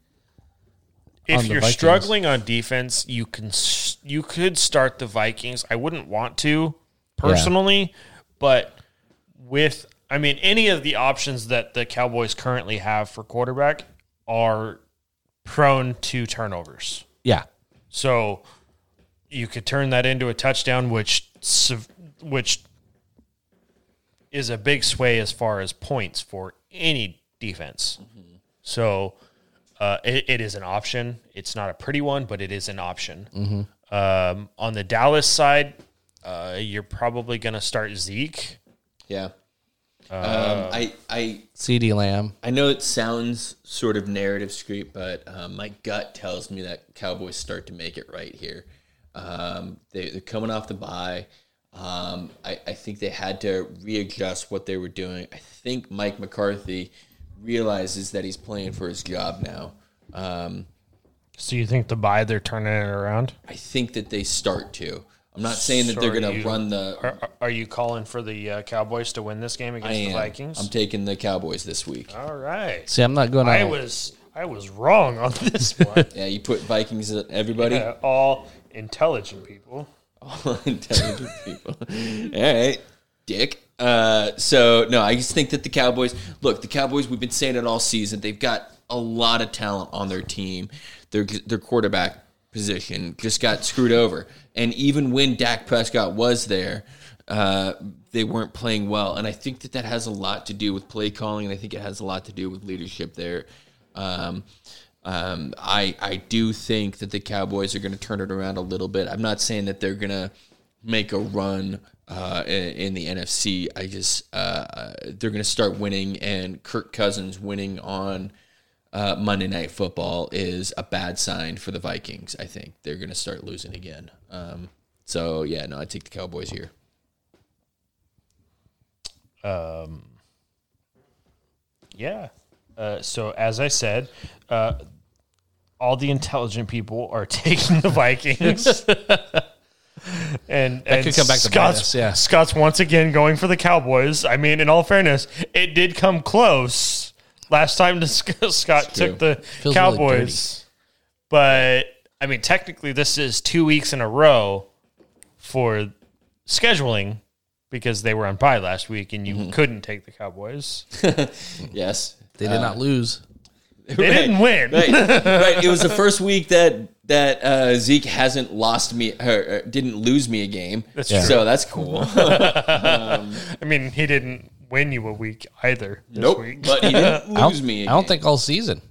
B: If
C: on the
B: you're
C: Vikings.
B: struggling on defense, you can s- you could start the Vikings. I wouldn't want to personally, but with I mean any of the options that the Cowboys currently have for quarterback are prone to turnovers.
C: Yeah,
B: So you could turn that into a touchdown, which sev- which is a big sway as far as points for any defense.
A: Mm-hmm.
B: So uh, it, it is an option. It's not a pretty one, but it is an option.
A: Mm-hmm.
B: Um, on the Dallas side, uh, you're probably going to start Zeke.
A: Yeah.
C: Uh,
A: um, I I
C: CD Lamb.
A: I know it sounds sort of narrative street, but um, my gut tells me that Cowboys start to make it right here. Um, they, they're coming off the bye. Um, I, I think they had to readjust what they were doing. I think Mike McCarthy realizes that he's playing for his job now. Um,
B: So you think the buy they're turning it around?
A: I think that they start to. I'm not saying that they're
B: Sure
A: going
B: you-
A: to run the
B: Are, are- are you calling for the uh, Cowboys to win this game against the
A: am.
B: Vikings? Uh,
A: I'm taking the Cowboys this week.
B: All right.
C: See, I'm not going
B: I
C: to.
B: was I was wrong on this one.
A: Yeah, you put Vikings at everybody.
B: Uh, all intelligent people.
A: intelligent people. All right, Dick. Uh, so no, I just think that the Cowboys. Look, the Cowboys. We've been saying it all season. They've got a lot of talent on their team. Their their quarterback position just got screwed over. And even when Dak Prescott was there, uh, they weren't playing well. And I think that that has a lot to do with play calling, and I think it has a lot to do with leadership there. Um, um, I I do think that the Cowboys are going to turn it around a little bit. I'm not saying that they're going to make a run uh, in, in the NFC. I just uh, uh, they're going to start winning, and Kirk Cousins winning on uh, Monday Night Football is a bad sign for the Vikings. I think they're going to start losing again. Um, so yeah, no, I take the Cowboys here.
B: Yeah. Uh, so as I said, uh, all the intelligent people are taking the Vikings. And, and
C: could come back to bite
B: Scott's,
C: us, yeah.
B: Scott's once again going for the Cowboys. I mean, in all fairness, it did come close last time to Sc- Scott
A: true.
B: took the
C: really
B: Cowboys. but I mean, technically, this is two weeks in a row for scheduling because they were on bye last week and you
C: Mm-hmm.
B: couldn't take the Cowboys.
A: Yes,
C: They did not lose.
B: They didn't win.
A: right, right. It was the first week that that uh, Zeke hasn't lost me or, or didn't lose me a game. That's
B: true.
A: So that's cool.
B: I mean, he didn't win you a week either. This
A: nope.
B: Week.
A: But he didn't
C: I
A: lose
C: don't,
A: me. A
C: I don't
A: game.
C: think all season.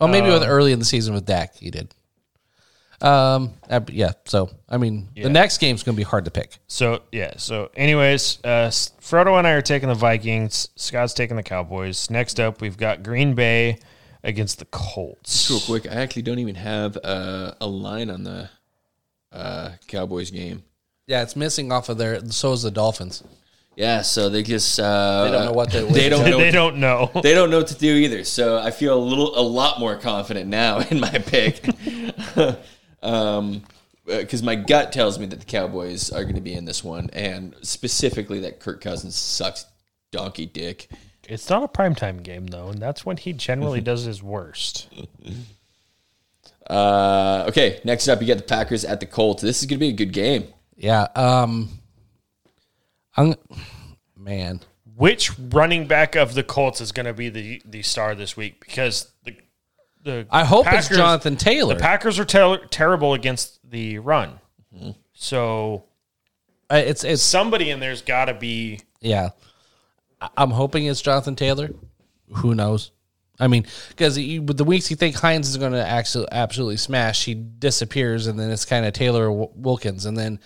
C: Well, maybe with early in the season with Dak, he did. Um. uh, Yeah. So I mean, the next game's going to be hard to pick.
B: So yeah. So anyways, uh, S- Frodo and I are taking the Vikings. Scott's taking the Cowboys. Next up, we've got Green Bay against the Colts.
A: Real quick, I actually don't even have uh, a line on the uh, Cowboys game.
C: Yeah, it's missing off of there. So is the Dolphins.
A: Yeah, so they just uh,
C: They don't know what they-
A: they don't know
B: They
A: what
B: don't know.
A: they don't know what to do either. So I feel a little, a lot more confident now in my pick, um, because my gut tells me that the Cowboys are going to be in this one, and specifically that Kirk Cousins sucks donkey dick.
B: It's not a primetime game though, and that's when he generally does his worst.
A: Uh, okay, next up you got the Packers at the Colts. This is going to be a good game.
C: Yeah. Um. I'm, man.
B: Which running back of the Colts is going to be the the star this week? Because the the
C: I hope it's
B: Packers-
C: Jonathan Taylor.
B: The Packers are ter- terrible against the run.
C: Mm-hmm.
B: So
C: Uh, it's it's
B: somebody in there's got to be
C: Yeah. I- I'm hoping it's Jonathan Taylor. Who knows? I mean, because with the weeks you think Hines is going to actually absolutely smash, he disappears, and then it's kind of Taylor or Wil- Wilkins. And then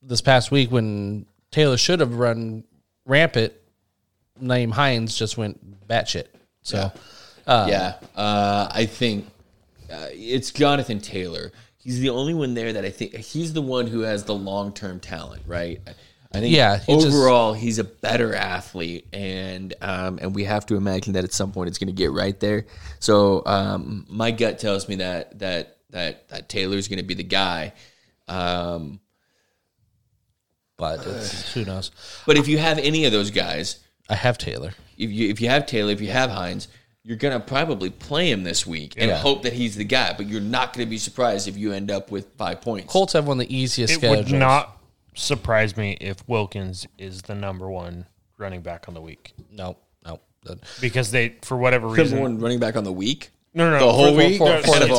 C: this past week, when Taylor should have run rampant, Naeem Hines just went batshit. So Um,
A: yeah, uh, I think uh, it's Jonathan Taylor. He's the only one there that I think he's the one who has the long term talent, right? I think
C: Yeah, he just-
A: overall he's a better athlete, and um, and we have to imagine that at some point it's going to get right there. So um, my gut tells me that that that that Taylor's going to be the guy. Um,
C: But it's, who knows?
A: but if you have any of those guys,
C: I have Taylor.
A: if you if you have Taylor, if you have Hines, you're gonna probably play him this week and
C: Yeah.
A: hope that he's the guy. But you're not gonna be surprised if you end up with five points.
C: Colts have one of the easiest
B: It
C: schedules.
B: would not surprise me if Wilkins is the number one running back on the week
C: No, no.
B: because they, for whatever
A: Number
B: reason,
A: one running back on the week.
B: no, no, no,
A: the whole
B: for-
A: week
B: for, for,
A: out
B: the
A: of
B: team,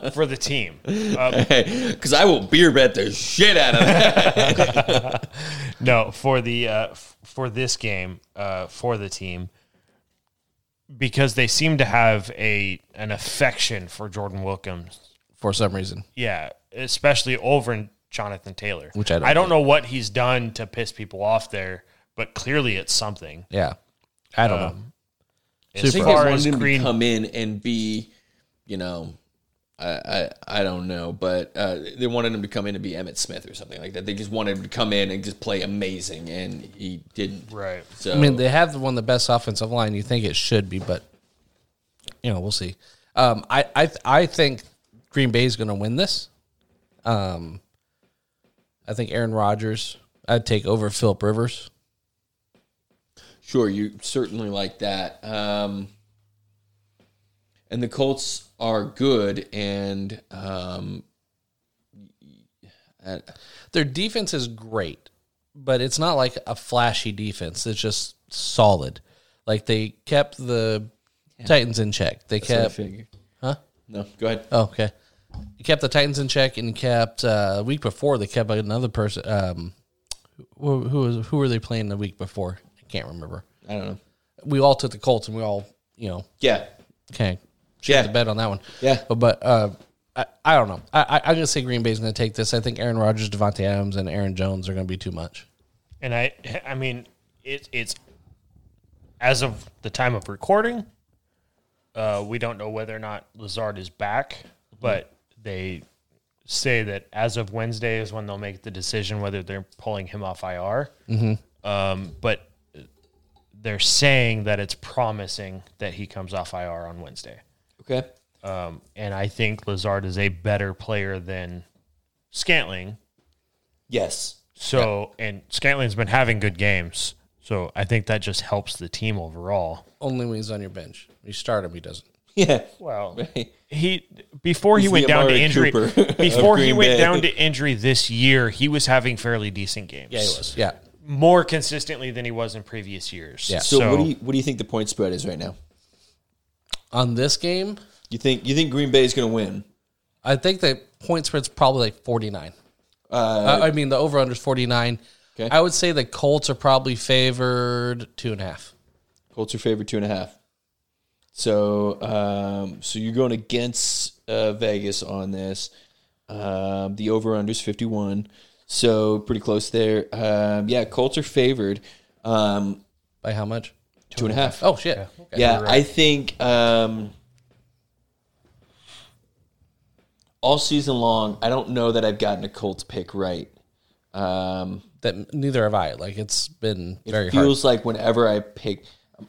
A: all.
B: for the team. Uh,
A: Because I will beer bet the shit out of that.
B: no, for the uh, f- for this game, uh, for the team, because they seem to have a an affection for Jordan Wilkins.
C: For some reason,
B: Yeah, especially over Jonathan Taylor,
C: Which I don't
B: I don't know what he's done to piss people off there, but clearly it's something.
C: yeah. I
B: Uh,
C: don't know.
B: As
C: Super.
B: far
A: I
B: as
A: wanted him
B: Green
A: to come in and be, you know, I I, I don't know, but uh, they wanted him to come in and be Emmett Smith or something like that. They just wanted him to come in and just play amazing, and he didn't.
B: Right.
A: So
C: I mean, they have one of the best offensive line. You think it should be, but you know, we'll see. Um, I I I think Green Bay is going to win this. Um, I think Aaron Rodgers. I'd take over Philip Rivers.
A: sure, you certainly like that. Um, and the Colts are good, and um, I-
C: Their defense is great, but it's not like a flashy defense. It's just solid. Like they kept the Titans in check. They
A: I
C: kept
A: figure. No, go ahead.
C: Oh, okay. He kept the Titans in check and kept uh, the week before they kept another person. Um, who, who was who were they playing the week before? I can't remember.
A: I don't know.
C: We all took the Colts and we all you know
A: Yeah,
C: okay
A: Yeah.
C: yeah. the bet on that one.
A: Yeah.
C: but, but, uh, I, I don't know. I, I I'm gonna say Green Bay's gonna take this. I think Aaron Rodgers, Devontae Adams, and Aaron Jones are gonna be too much.
B: And I, I mean, it, it's as of the time of recording, uh, we don't know whether or not Lazard is back, but they say that as of Wednesday is when they'll make the decision whether they're pulling him off IR. Um, but they're saying that it's promising that he comes off IR on Wednesday.
A: okay.
B: Um, and I think Lazard is a better player than Scantling.
A: Yes,
B: So and Scantling's been having good games. So I think that just helps the team overall.
C: Only when he's on your bench. You start him, he doesn't.
A: yeah.
B: Well, he before he went
A: the
B: down to
A: Amari
B: injury,
A: Cooper of
B: before he
A: Green
B: went
A: Bay.
B: down to injury this year, he was having fairly decent games. Yeah,
C: Yeah,
B: more consistently than he was in previous years.
C: Yeah.
A: So,
B: So,
A: what do you what do you think the point spread is right now?
C: on this game,
A: You think you think Green Bay is going to win?
C: I think the point spread's probably like 49. Uh, I mean, the over under is 49.
A: Okay.
C: I would say the Colts are probably favored two and a half.
A: Colts are favored two and a half. So um, so you're going against uh, Vegas on this. Um, the over under is 51, so pretty close there. Um, yeah, Colts are favored um,
C: By how much?
A: two and a half.
C: Oh, shit. Okay.
A: yeah, I think um, all season long, I don't know that I've gotten a Colts pick right. Um,
C: That, neither have I. Like, it's been very hard.
A: feels like whenever I pick,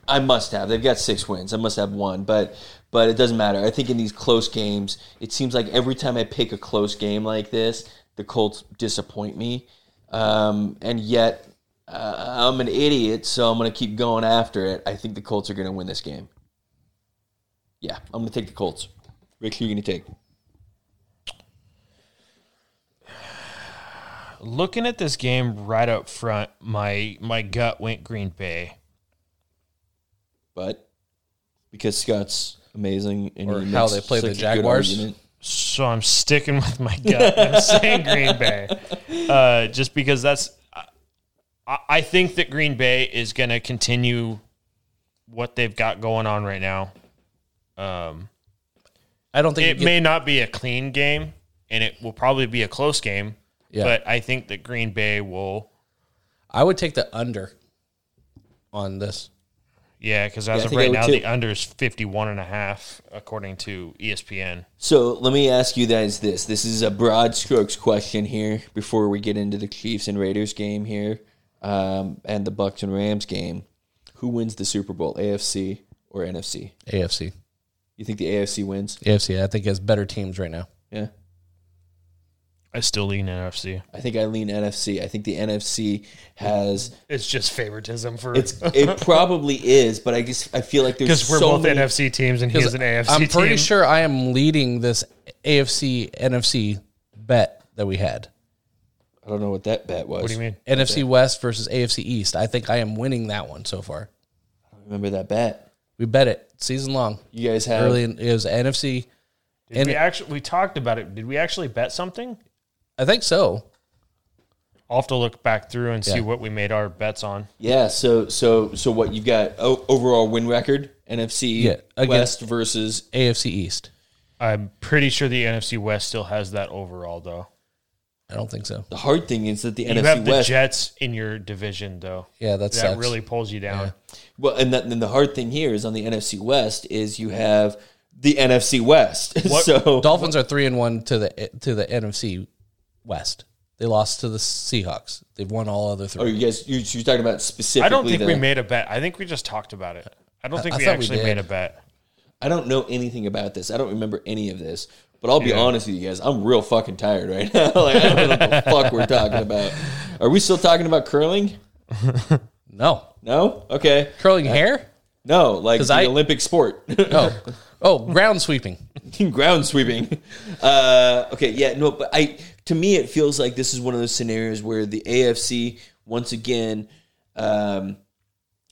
A: I must have. They've got six wins. I must have one, but but it doesn't matter. I think in these close games, it seems like every time I pick a close game like this, the Colts disappoint me. Um, and yet, uh, I'm an idiot, so I'm going to keep going after it. I think the Colts are going to win this game. Yeah, I'm going to take the Colts. Rick, who are you going to take?
B: looking at this game right up front, my my gut went Green Bay.
A: But because Scott's amazing, and
C: Or
A: he
C: how
A: makes
C: they play
A: such
C: the
A: a good
C: Jaguars.
A: argument.
B: So I'm sticking with my gut. I'm saying Green Bay, uh, just because that's. I, I think that Green Bay is going to continue what they've got going on right now. Um,
C: I don't think
B: it
C: you get-
B: may not be a clean game, and it will probably be a close game.
C: Yeah.
B: But I think that Green Bay will.
C: I would take the under on this.
B: Yeah, because as
A: I
B: of
A: think I
B: right
A: would
B: now,
A: too.
B: the under is 51 and a half, according to E ESPN.
A: So let me ask you guys this. This is a broad strokes question here before we get into the Chiefs and Raiders game here, um, and the Bucks and Rams game. Who wins the Super Bowl, AFC or NFC?
C: AFC.
A: You think the AFC wins?
C: AFC, I think, has better teams right now.
A: Yeah.
B: I still lean NFC.
A: I think I lean NFC. I think the NFC has
B: It's just favoritism for
A: it's it probably is, but I just I feel like there's
B: because we're
A: so
B: both
A: many,
B: NFC teams and he is an AFC
C: I'm pretty
B: team.
C: sure I am leading this AFC NFC bet that we had.
A: I don't know what that bet was.
B: What do you mean?
C: NFC West versus AFC East. I think I am winning that one so far.
A: Remember that bet?
C: We bet it season long.
A: You guys have
C: Early in, it was NFC.
B: Did we actually we talked about it. Did we actually bet something?
C: I think so.
B: I'll have to look back through and
C: Yeah.
B: see what we made our bets on.
A: yeah. So so so what you've got o- overall win record NFC
C: Yeah, against-
A: West versus
C: AFC East.
B: I'm pretty sure the NFC West still has that overall though.
C: I don't think so.
A: the hard thing is that the
B: you
A: NFC
B: have the
A: West
B: Jets in your division though.
C: Yeah, that
B: that
C: sucks.
B: really pulls you down.
A: Well, and that, then the hard thing here is on the NFC West is you have the NFC West.
B: What-
A: so
C: Dolphins are three and one to the to the NFC West. They lost to the Seahawks. They've won all other
A: are
C: three.
A: you guys you, you're talking about specifically?
B: I don't think
A: the,
B: we made a bet. I think we just talked about it. I don't think
C: I
B: we
C: thought we
B: actually
C: did.
B: made a bet.
A: I don't know anything about this. I don't remember any of this. But I'll be honest with you guys, I'm real fucking tired right now. like I don't know what the fuck we're talking about. Are we still talking about curling?
C: No
A: No. Okay.
C: curling hair.
A: No, like the
C: I-
A: Olympic sport,
C: No. Oh, ground sweeping.
A: ground sweeping. Uh, okay, yeah, no, but I to me it feels like this is one of those scenarios where the AFC once again um,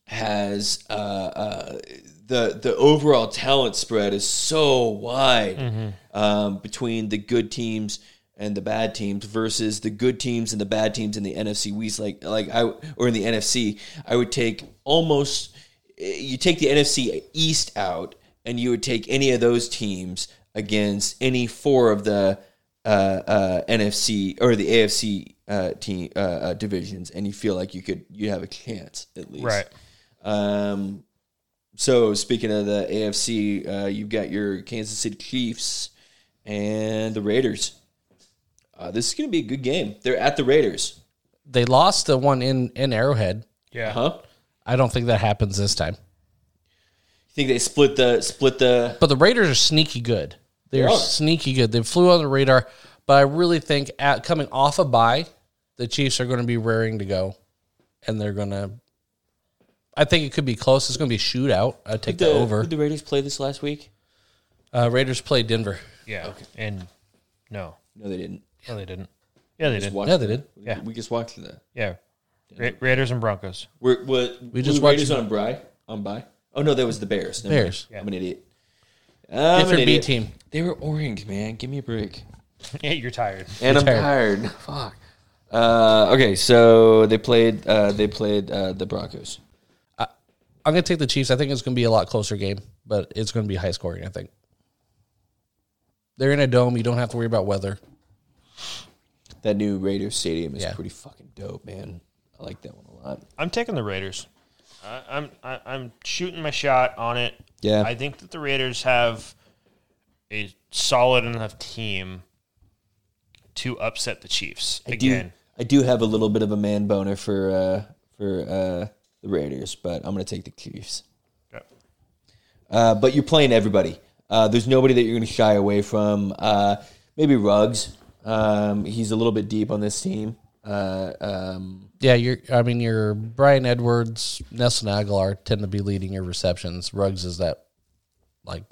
A: has uh, uh, the the overall talent spread is so wide um, between the good teams and the bad teams versus the good teams and the bad teams in the NFC West. Like like I or in the NFC, I would take almost you take the NFC East out and you would take any of those teams against any four of the uh, uh, NFC or the AFC uh, team uh, uh, divisions, and you feel like you could you have a chance at least.
B: Right.
A: Um, so speaking of the AFC, uh, you've got your Kansas City Chiefs and the Raiders. Uh, this is going to be a good game. They're at the Raiders,
C: They lost the one in in Arrowhead.
B: Yeah.
C: Uh-huh.
A: huh?
C: I don't think that happens this time.
A: You think they split the split the?
C: But the Raiders are sneaky good. They're
A: They are.
C: sneaky good. They flew on the radar, but I really think at, coming off a bye, the Chiefs are going to be raring to go, and they're going to. I think it could be close. It's going to be a shootout. I take
A: the
C: the over.
A: Did the Raiders play this last week?
C: Uh, Raiders play Denver.
B: Yeah. And no.
A: No, they didn't.
B: No, they didn't. Yeah, they did.
A: Watch
C: Yeah, they did.
B: Yeah.
A: we just watched the.
B: Yeah. Ra- Raiders and Broncos.
A: We're, we're, we
C: just
A: just
C: watched-
A: Raiders on bye on bye. Oh no, that was the Bears. Never mind.
C: Bears.
A: I'm an idiot. I'm
C: Different
A: an
C: B
A: idiot.
C: team.
A: They were orange, man. Give me a break.
B: Yeah, you're tired.
A: And I'm tired. Fuck. Uh, okay, so they played. Uh, they played uh, the Broncos.
C: I'm going to take the Chiefs. I think it's going to be a lot closer game, but it's going to be high scoring. I think they're in a dome. You don't have to worry about weather.
A: That new Raiders stadium is
C: Yeah.
A: pretty fucking dope, man. I like that one a lot.
B: I'm taking the Raiders. I, I'm I, I'm shooting my shot on it.
A: Yeah.
B: I think that the Raiders have a solid enough team to upset the Chiefs
A: I
B: again.
A: do. I do have a little bit of a man boner for uh, for uh, the Raiders, but I'm gonna take the Chiefs.
B: Yep.
A: Uh, but you're playing everybody. Uh, there's nobody that you're going to shy away from. Uh, maybe Ruggs. Um, he's a little bit deep on this team. Uh, um,
C: Yeah, you're. I mean, your Brian Edwards, Nelson Aguilar tend to be leading your receptions. Ruggs is that, like,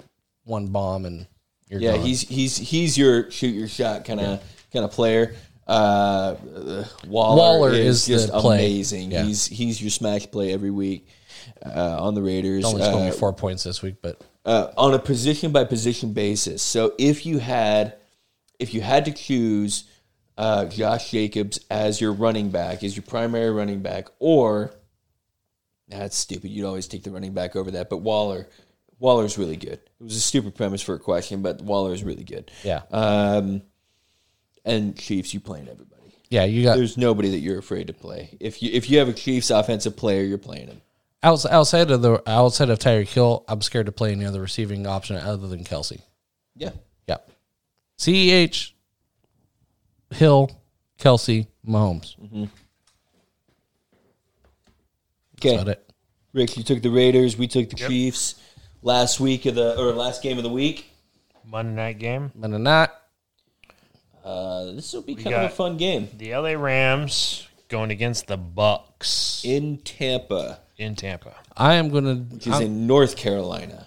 C: one bomb and you're
A: yeah,
C: gone.
A: he's he's he's your shoot your shot kind of kind of player. Uh, uh, Waller,
C: Waller
A: is,
C: is
A: just
C: the play.
A: amazing.
C: Yeah.
A: He's he's your smash play every week uh, on the Raiders.
C: only scored
A: Uh,
C: me four points this week, but
A: uh, on a position by position basis. So if you had if you had to choose uh, Josh Jacobs as your running back, as your primary running back, or nah, that's stupid. You'd always take the running back over that, but Waller Waller's really good. It was a stupid premise for a question, but Waller is really good.
C: yeah,
A: Um, and Chiefs, you playing everybody.
C: yeah, you got
A: There's nobody that you're afraid to play. If you if you have a Chiefs offensive player, you're playing him.
C: outs- outside of the outside of Tyreek Hill. I'm scared to play any other receiving option other than Kelsey.
A: Yeah.
C: Yeah, Ceh Hill, Kelsey, Mahomes.
A: Mm-hmm. Okay.
C: Got it.
A: Rick, you took the Raiders. We took the Chiefs last week of the or last game of the week.
B: Monday night game.
C: But not.
A: Uh, this will be kind of
B: got-
A: a fun game
B: The LA Rams going against the Bucks
A: in Tampa,
B: in Tampa.
C: I am going
A: which
C: to.
A: is in North Carolina.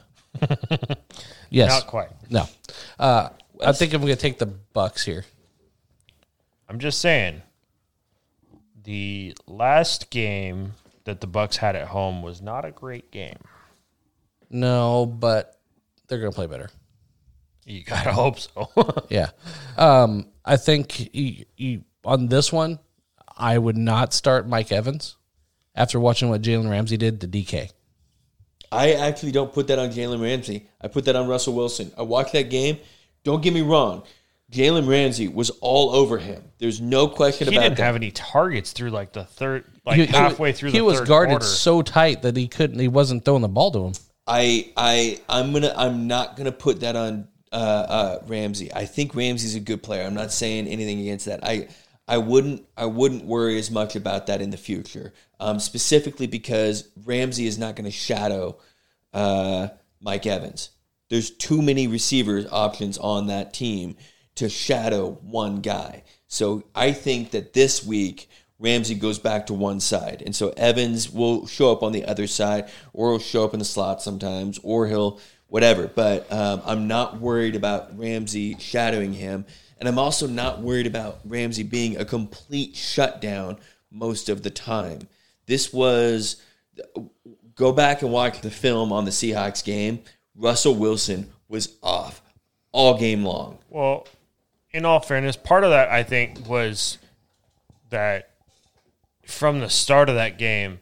C: Yes.
B: Not quite.
C: No. Uh, I think I'm going to take the Bucks here.
B: I'm just saying. The last game that the Bucks had at home was not a great game.
C: No, but they're going to play better.
B: You gotta hope so.
C: Yeah. Um, I think you, you, on this one, I would not start Mike Evans after watching what Jalen Ramsey did to DK.
A: I actually don't put that on Jalen Ramsey. I put that on Russell Wilson. I watched that game. Don't get me wrong. Jalen Ramsey was all over him. There's no question
B: he
A: about
B: didn't
A: that.
B: have any targets through like the third, like
C: He- he-
B: halfway through.
C: he
B: the
C: was
B: third
C: guarded
B: quarter.
C: so tight that he couldn't. He wasn't throwing the ball to him.
A: I I I'm gonna I'm not gonna put that on uh, uh, Ramsey. I think Ramsey's a good player. I'm not saying anything against that. I I wouldn't I wouldn't worry as much about that in the future. Um, specifically because Ramsey is not gonna shadow uh, Mike Evans. There's too many receivers options on that team to shadow one guy. So I think that this week Ramsey goes back to one side, and so Evans will show up on the other side, or he'll show up in the slot sometimes, or he'll whatever. But um, I'm not worried about Ramsey shadowing him, and I'm also not worried about Ramsey being a complete shutdown most of the time. This was go back and watch the film on the Seahawks game. Russell Wilson was off all game long.
B: Well, in all fairness, part of that I think was that from the start of that game,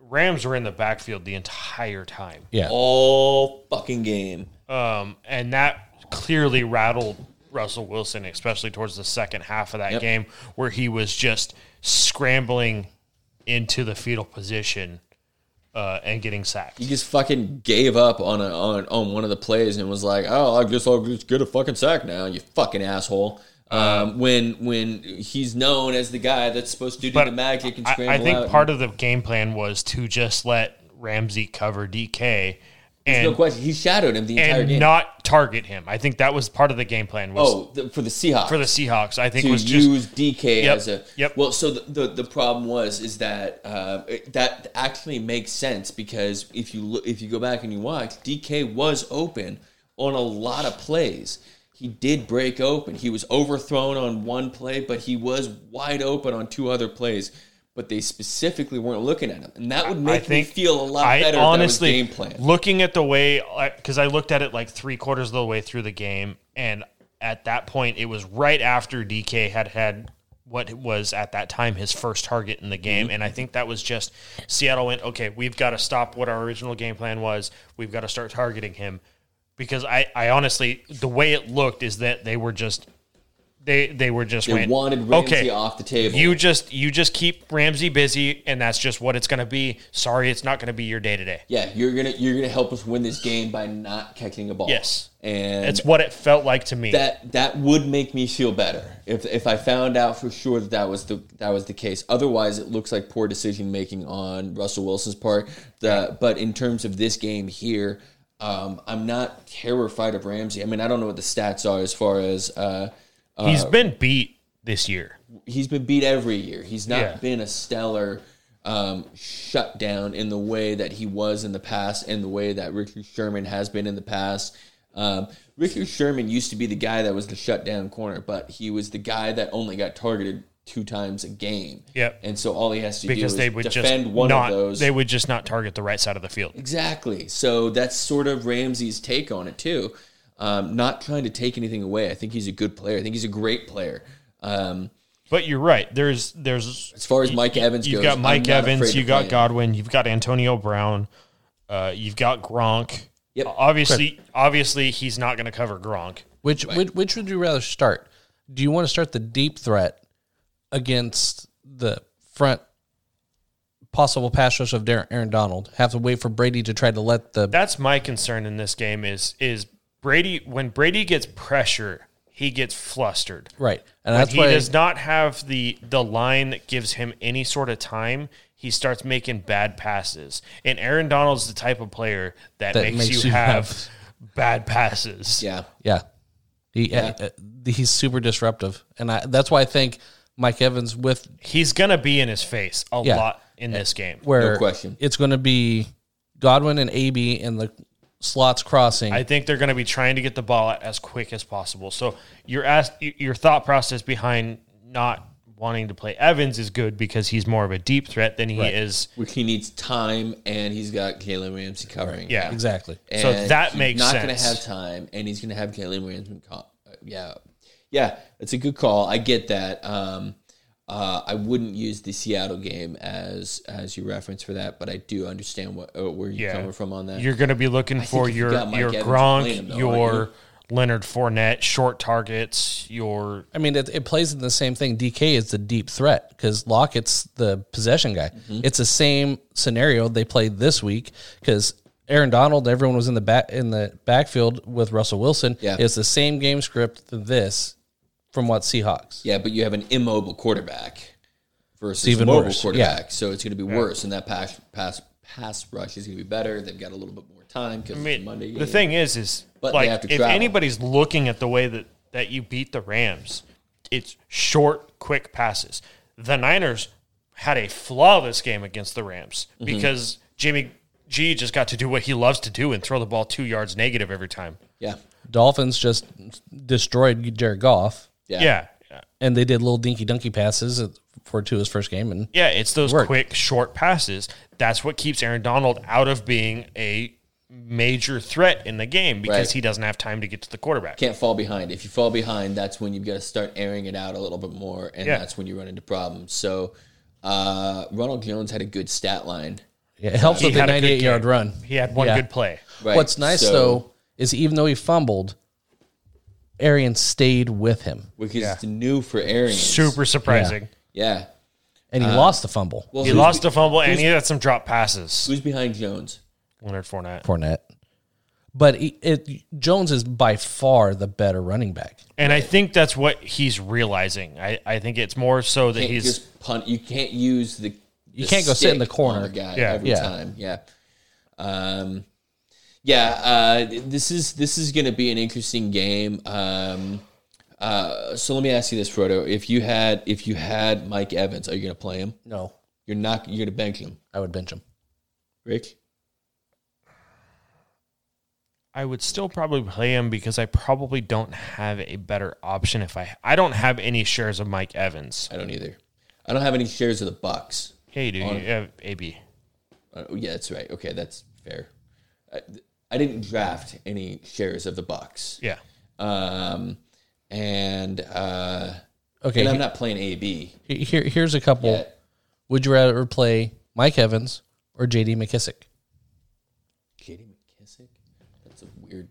B: Rams were in the backfield the entire time,
C: Yeah.
A: All fucking game.
B: um, and that clearly rattled Russell Wilson, especially towards the second half of that game, where he was just scrambling into the fetal position uh, and getting sacked.
A: He just fucking gave up on a, on on one of the plays and was like, "Oh, I guess I'll just get a fucking sack now, you fucking asshole."
B: Uh,
A: Um, when when he's known as the guy that's supposed to do the magic and
B: I-
A: scramble
B: I, think
A: out.
B: part of the game plan was to just let Ramsey cover DK
A: no
B: and
A: question, he shadowed him the entire
B: and
A: game.
B: not target him. I think that was part of the game plan was
A: oh, the, for the Seahawks,
B: for the Seahawks. I think
A: to
B: was just
A: use DK
B: Yep,
A: as a
B: yep.
A: Well, so the, the the problem was is that uh, it- that actually makes sense because if you look, if you go back and you watch, DK was open on a lot of plays. He did break open. He was overthrown on one play, but he was wide open on two other plays. But they specifically weren't looking at him, and that would
B: I
A: make me
B: think
A: feel a lot
B: I
A: better.
B: honestly
A: if that was game plan.
B: looking at the way because I looked at it like three quarters of the way through the game, and at that point it was right after DK had had what was at that time his first target in the game,
A: Mm-hmm.
B: and I think that was just Seattle went okay, we've got to stop what our original game plan was. We've got to start targeting him because I I honestly the way it looked is that they were just. They, they were just
A: They
B: went,
A: wanted Ramsey
B: okay,
A: off the table.
B: You just you just keep Ramsey busy, and that's just what it's going to be. Sorry, it's not going to be your day to day.
A: yeah, you're gonna you're gonna help us win this game by not catching a ball.
B: Yes.
A: and
B: It's what it felt like to me.
A: that that would make me feel better if if I found out for sure that that was the that was the case. Otherwise, it looks like poor decision making on Russell Wilson's part. The but in terms of this game here, um, I'm not terrified of Ramsey. I mean, I don't know what the stats are as far as uh,
B: He's been beat this year.
A: he's been beat every year. He's not
B: Yeah.
A: been a stellar um, shutdown in the way that he was in the past, and the way that Richard Sherman has been in the past. Um, Richard Sherman used to be the guy that was the shutdown corner, but he was the guy that only got targeted two times a game.
B: Yep.
A: And so all he has to
B: Because
A: do is
B: they would
A: defend
B: just
A: one
B: not
A: of those.
B: they would just not target the right side of the field.
A: Exactly. So that's sort of Ramsey's take on it too. Um, not trying to take anything away. I think he's a good player. I think he's a great player. Um,
B: But you're right. There's there's
A: as far as Mike Evans
B: you've
A: goes,
B: got
A: I'm
B: Mike
A: not afraid
B: Evans,
A: to
B: you got
A: play him.
B: Godwin, you've got Antonio Brown, uh, you've got Gronk.
A: Yep.
B: Obviously obviously he's not gonna cover Gronk.
C: Which, which which would you rather start? Do you want to start the deep threat against the front possible pass rush of Dar- Aaron Donald? Have to wait for Brady to try to let the
B: That's my concern in this game is is Brady when Brady gets pressure, he gets flustered.
C: right, and
B: When
C: that's
B: he
C: why
B: does not have the the line that gives him any sort of time. He starts making bad passes, and Aaron Donald's the type of player that, makes, you, have, bad passes.
A: Yeah.
C: yeah, He, uh, uh, he's super disruptive, and I, that's why I think Mike Evans with
B: He's gonna be in his face a
C: Yeah.
B: lot in this game.
C: where
A: No question.
C: it's going to be Godwin and AB in the slots crossing.
B: I think they're going to be trying to get the ball out as quick as possible. So your ask, your thought process behind not wanting to play Evans is good because he's more of a deep threat than he is.
A: Which he needs time, and he's got Caleb Ramsey covering.
B: Yeah,
C: exactly.
A: And
B: So that
A: he's
B: makes
A: not going to have
B: sense.
A: time, and he's going to have Caleb Ramsey. Call. uh, Yeah, yeah, it's a good call. I get that. Um, uh, I wouldn't use the Seattle game as as you reference for that, but I do understand what uh, where you're
B: Yeah.
A: coming from on that.
B: You're going to be looking for
A: if you
B: your
A: got Mike
B: your
A: Evans,
B: Gronk,
A: play him, though, aren't
B: your Leonard Fournette, short targets, your
C: I mean, it, it plays in the same thing. DK is the deep threat because Lockett's the possession guy.
A: Mm-hmm.
C: It's the same scenario they played this week because Aaron Donald, everyone was in the back in the backfield with Russell Wilson.
A: Yeah.
C: It's the same game script. to This from what Seahawks.
A: yeah, but you have an immobile quarterback versus
C: even
A: a mobile
C: worse.
A: quarterback, so it's going to be worse, and that pass pass pass rush is going to be better. They've got a little bit more time because
B: I mean,
A: Monday.
B: The
A: game.
B: thing is, is
A: But they
B: like
A: have to
B: if
A: travel.
B: anybody's looking at the way that that you beat the Rams, it's short, quick passes. The Niners had a flawless game against the Rams
A: Mm-hmm.
B: because Jimmy G just got to do what he loves to do and throw the ball two yards negative every time.
A: yeah,
C: Dolphins just destroyed Jared Goff,
A: yeah,
B: Yeah. Yeah,
C: and they did little dinky dunky passes for to his first game, and
B: it's those
C: Worked.
B: quick, short passes. That's what keeps Aaron Donald out of being a major threat in the game because
A: Right.
B: he doesn't have time to get to the quarterback.
A: can't fall behind. If you fall behind, that's when you've got to start airing it out a little bit more, and
B: Yeah.
A: that's when you run into problems. So, uh, Ronald Jones had a good stat line.
C: it helps with the
B: had a good
C: 98 yard
B: game.
C: run.
B: He had one
C: Yeah.
B: good play.
A: Right?
C: What's nice
A: So-
C: though is even though he fumbled, Arian stayed with him,
A: which is new for Arians.
B: Super surprising.
A: yeah.
C: and he lost the fumble.
A: Uh, Well,
B: He
A: who's-
B: lost a fumble and he had some drop passes.
A: Who's behind Jones?
B: Leonard Fournette.
C: Fournette, but he, it Jones is by far the better running back.
B: And I think that's what he's realizing. I, I think it's more so that
A: Can't
B: he's
A: just punt. You can't use the. You
C: can't go sit in the corner.
A: guy
B: Yeah.
A: every
C: Yeah.
A: time. Yeah. Um, yeah. Uh, this is this is going to be an interesting game. Um, uh, so let me ask you this, Frodo: If you had if you had Mike Evans, are you going to play him?
C: No,
A: You're not. You're going to bench him,
C: I would bench him.
A: Rick.
B: I would still probably play him because I probably don't have a better option if I I don't have any shares of Mike Evans.
A: I don't either. I don't have any shares of the Bucks.
B: Yeah, you do. You have AB.
A: Uh, yeah, that's right. Okay, that's fair. I, I didn't draft any shares of the Bucks,
B: Yeah.
A: um, and uh,
C: Okay,
A: and I'm not playing AB.
C: he- here here's a couple.
A: Yeah.
C: Would you rather play Mike Evans or J.D. McKissick?
A: J.D. McKissick. That's a weird.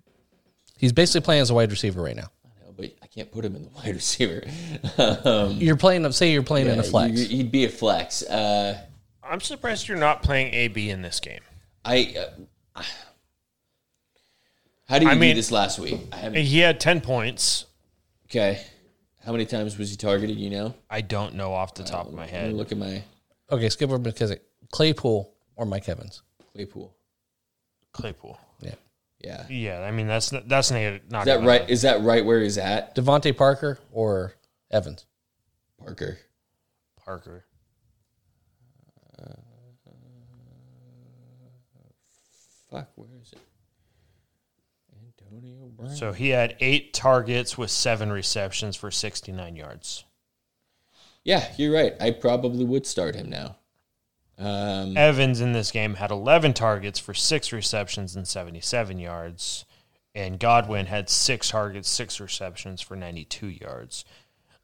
C: He's basically playing as a wide receiver right now.
A: I know, but I can't put him in the wide receiver. um,
C: You're playing. Say you're playing in a flex.
A: you- He'd be a flex. Uh,
B: I'm surprised you're not playing AB in this game.
A: I. Uh, how do you
B: I
A: do
B: mean-
A: this last week? I haven't.
B: He had 10 points.
A: Okay. How many times was he targeted? You know.
B: I don't know off the top of my
A: Let me
B: head.
A: Look at my
C: okay, skip over McKissick, Claypool or Mike Evans.
A: Claypool.
B: Claypool.
C: Yeah,
A: Yeah.
B: Yeah, I mean that's that's not
A: Is that right? Is that right where he's at?
C: Devontae Parker or Evans.
A: Parker.
B: Parker.
A: Fuck, where is it? Antonio Brown.
B: So he had eight targets with seven receptions for 69 yards.
A: Yeah, you're right. I probably would start him now. Um,
B: Evans in this game had 11 targets for six receptions and 77 yards. And Godwin had six targets, six receptions for 92 yards.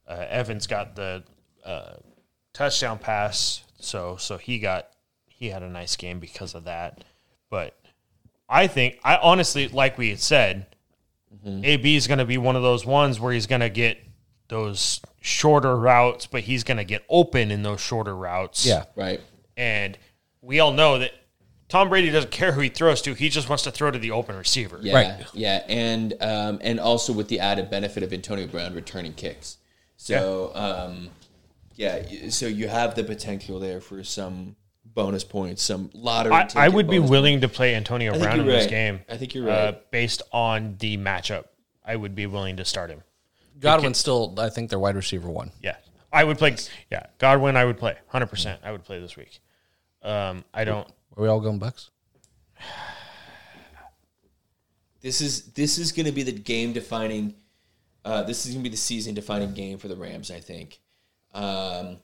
B: Uh, Evans got the uh, touchdown pass, so so he got he had a nice game because of that. But I think I honestly, like we had said, AB is going to be one of those ones where he's going to get those shorter routes, but he's going to get open in those shorter routes.
C: Yeah.
A: right.
B: And we all know that Tom Brady doesn't care who he throws to. He just wants to throw to the open receiver.
A: Yeah,
C: Right.
A: Yeah, and um, and also with the added benefit of Antonio Brown returning kicks. So um, yeah, y- so you have the potential there for some bonus points, some lottery.
B: I, I
A: ticket
B: would be
A: bonus-
B: willing to play Antonio
A: think
B: Brown in
A: you're
B: this
A: right.
B: game.
A: I think you're
B: uh,
A: right.
B: based on the matchup. I would be willing to start him.
C: Godwin's still, I think, their wide receiver one.
B: Yeah, I would play. Yeah, Godwin, I would play 100. percent I would play this week. Um, I don't.
C: Are we all going Bucks?
A: This is this is going to be the game defining. Uh, this is going to be the season defining game for the Rams. I think. Um,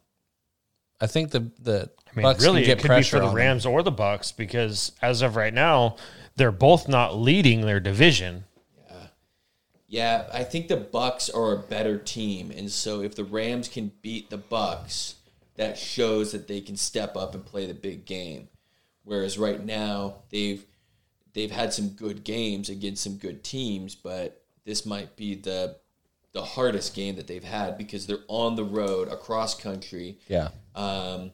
C: I think the the
B: I mean,
C: Bucks
B: really,
C: can get
B: it could be
C: pressure
B: for the
C: on them.
B: Rams or the Bucks because as of right now, they're both not leading their division.
A: yeah, I think the Bucks are a better team, and so if the Rams can beat the Bucks, that shows that they can step up and play the big game. Whereas right now they've they've had some good games against some good teams, but this might be the the hardest game that they've had because they're on the road across country.
C: Yeah,
A: Um,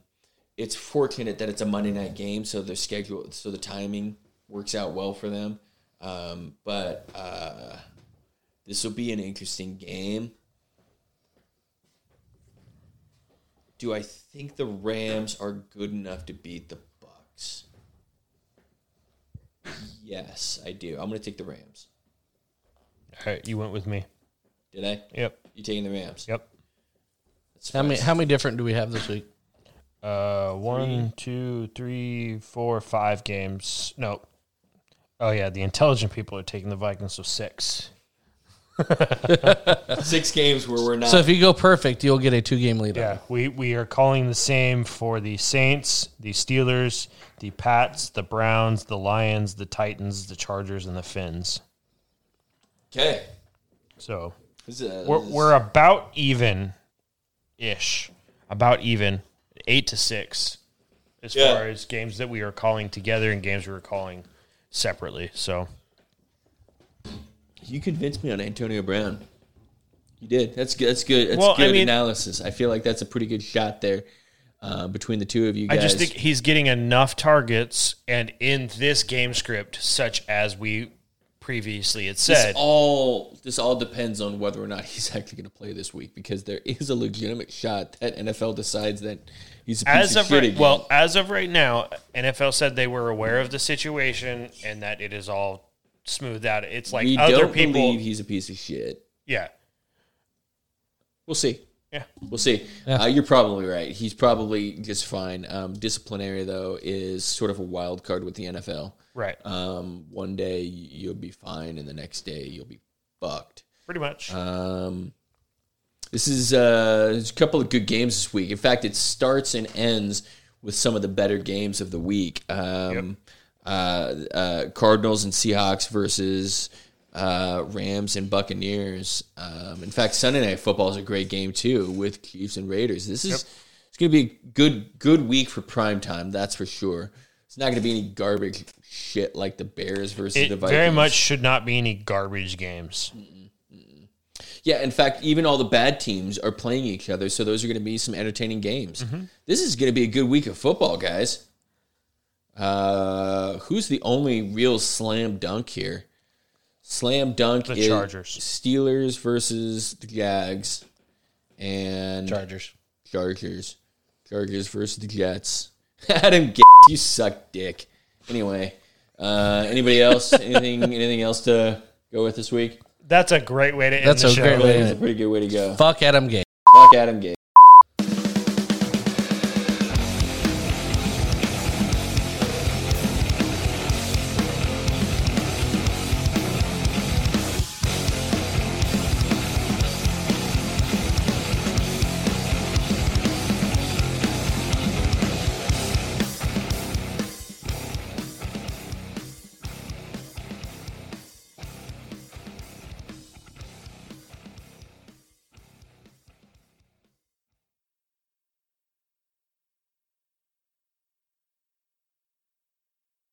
A: it's fortunate that it's a Monday night game, so their schedule, so the timing works out well for them. Um, but uh, this will be an interesting game. Do I think the Rams are good enough to beat the Bucks? Yes, I do. I'm going to take the Rams.
B: All right, you went with me.
A: Did I?
B: Yep.
A: You taking the Rams?
B: Yep.
A: That's
C: how many
A: fast.
C: how many different do we have this week?
B: Uh, one, two, three, four, five games. No. Oh yeah, the intelligent people are taking the Vikings, so six.
A: Six games where we're not.
C: So if you go perfect, you'll get a two game lead.
B: Yeah, we we are calling the same for the Saints, the Steelers, the Pats, the Browns, the Lions, the Titans, the Chargers, and the Finns.
A: okay.
B: So
A: This is a-
B: we're,
A: this is-
B: we're about even ish about even eight to six as
A: Yeah.
B: far as games that we are calling together and games we are calling separately so
A: You convinced me on Antonio Brown. You did. That's good. That's good. That's
B: Well, I
A: good
B: mean-
A: analysis. I feel like that's a pretty good shot there uh, between the two of you guys.
B: i just think he's getting enough targets and in this game script such as we previously had
A: this
B: said
A: all this all depends on whether or not he's actually going to play this week because there is a legitimate shot that NFL decides that he's a piece
B: as
A: of,
B: of
A: shit
B: right,
A: again.
B: well as of right now nfl said they were aware of the situation and that it is all smoothed out it's like
A: we
B: other
A: don't
B: people
A: believe he's a piece of shit.
B: yeah
A: We'll see.
B: yeah
A: We'll see. Uh, you're probably right. He's probably just fine. Um, disciplinary though is sort of a wild card with the NFL.
B: right
A: Um, one day you'll be fine, and the next day you'll be fucked.
B: pretty much
A: Um, this is uh, there's a couple of good games this week. In fact, it starts and ends with some of the better games of the week. Um, uh, uh, Cardinals and Seahawks versus uh, Rams and Buccaneers. Um, in fact, Sunday Night Football is a great game too with Chiefs and Raiders. This is it's going to be a good good week for prime time. That's for sure. It's not going to be any garbage shit like the Bears versus
B: it
A: the Vikings.
B: very much should not be any garbage games.
A: Yeah, in fact, even all the bad teams are playing each other, so those are going to be some entertaining games.
B: Mm-hmm.
A: This is going to be a good week of football, guys. Uh, who's the only real slam dunk here? Slam dunk
B: The
A: is
B: Chargers.
A: Steelers versus the Jags, and
C: Chargers.
A: Chargers, Chargers versus the Jets. Adam, G- you suck dick. Anyway, uh, anybody else? anything? Anything else to go with this week?
B: That's a great way to end
C: That's
B: the
C: a
B: show.
C: great way to
A: That's a pretty good way to go.
C: Fuck Adam Gay.
A: Fuck Adam Gates.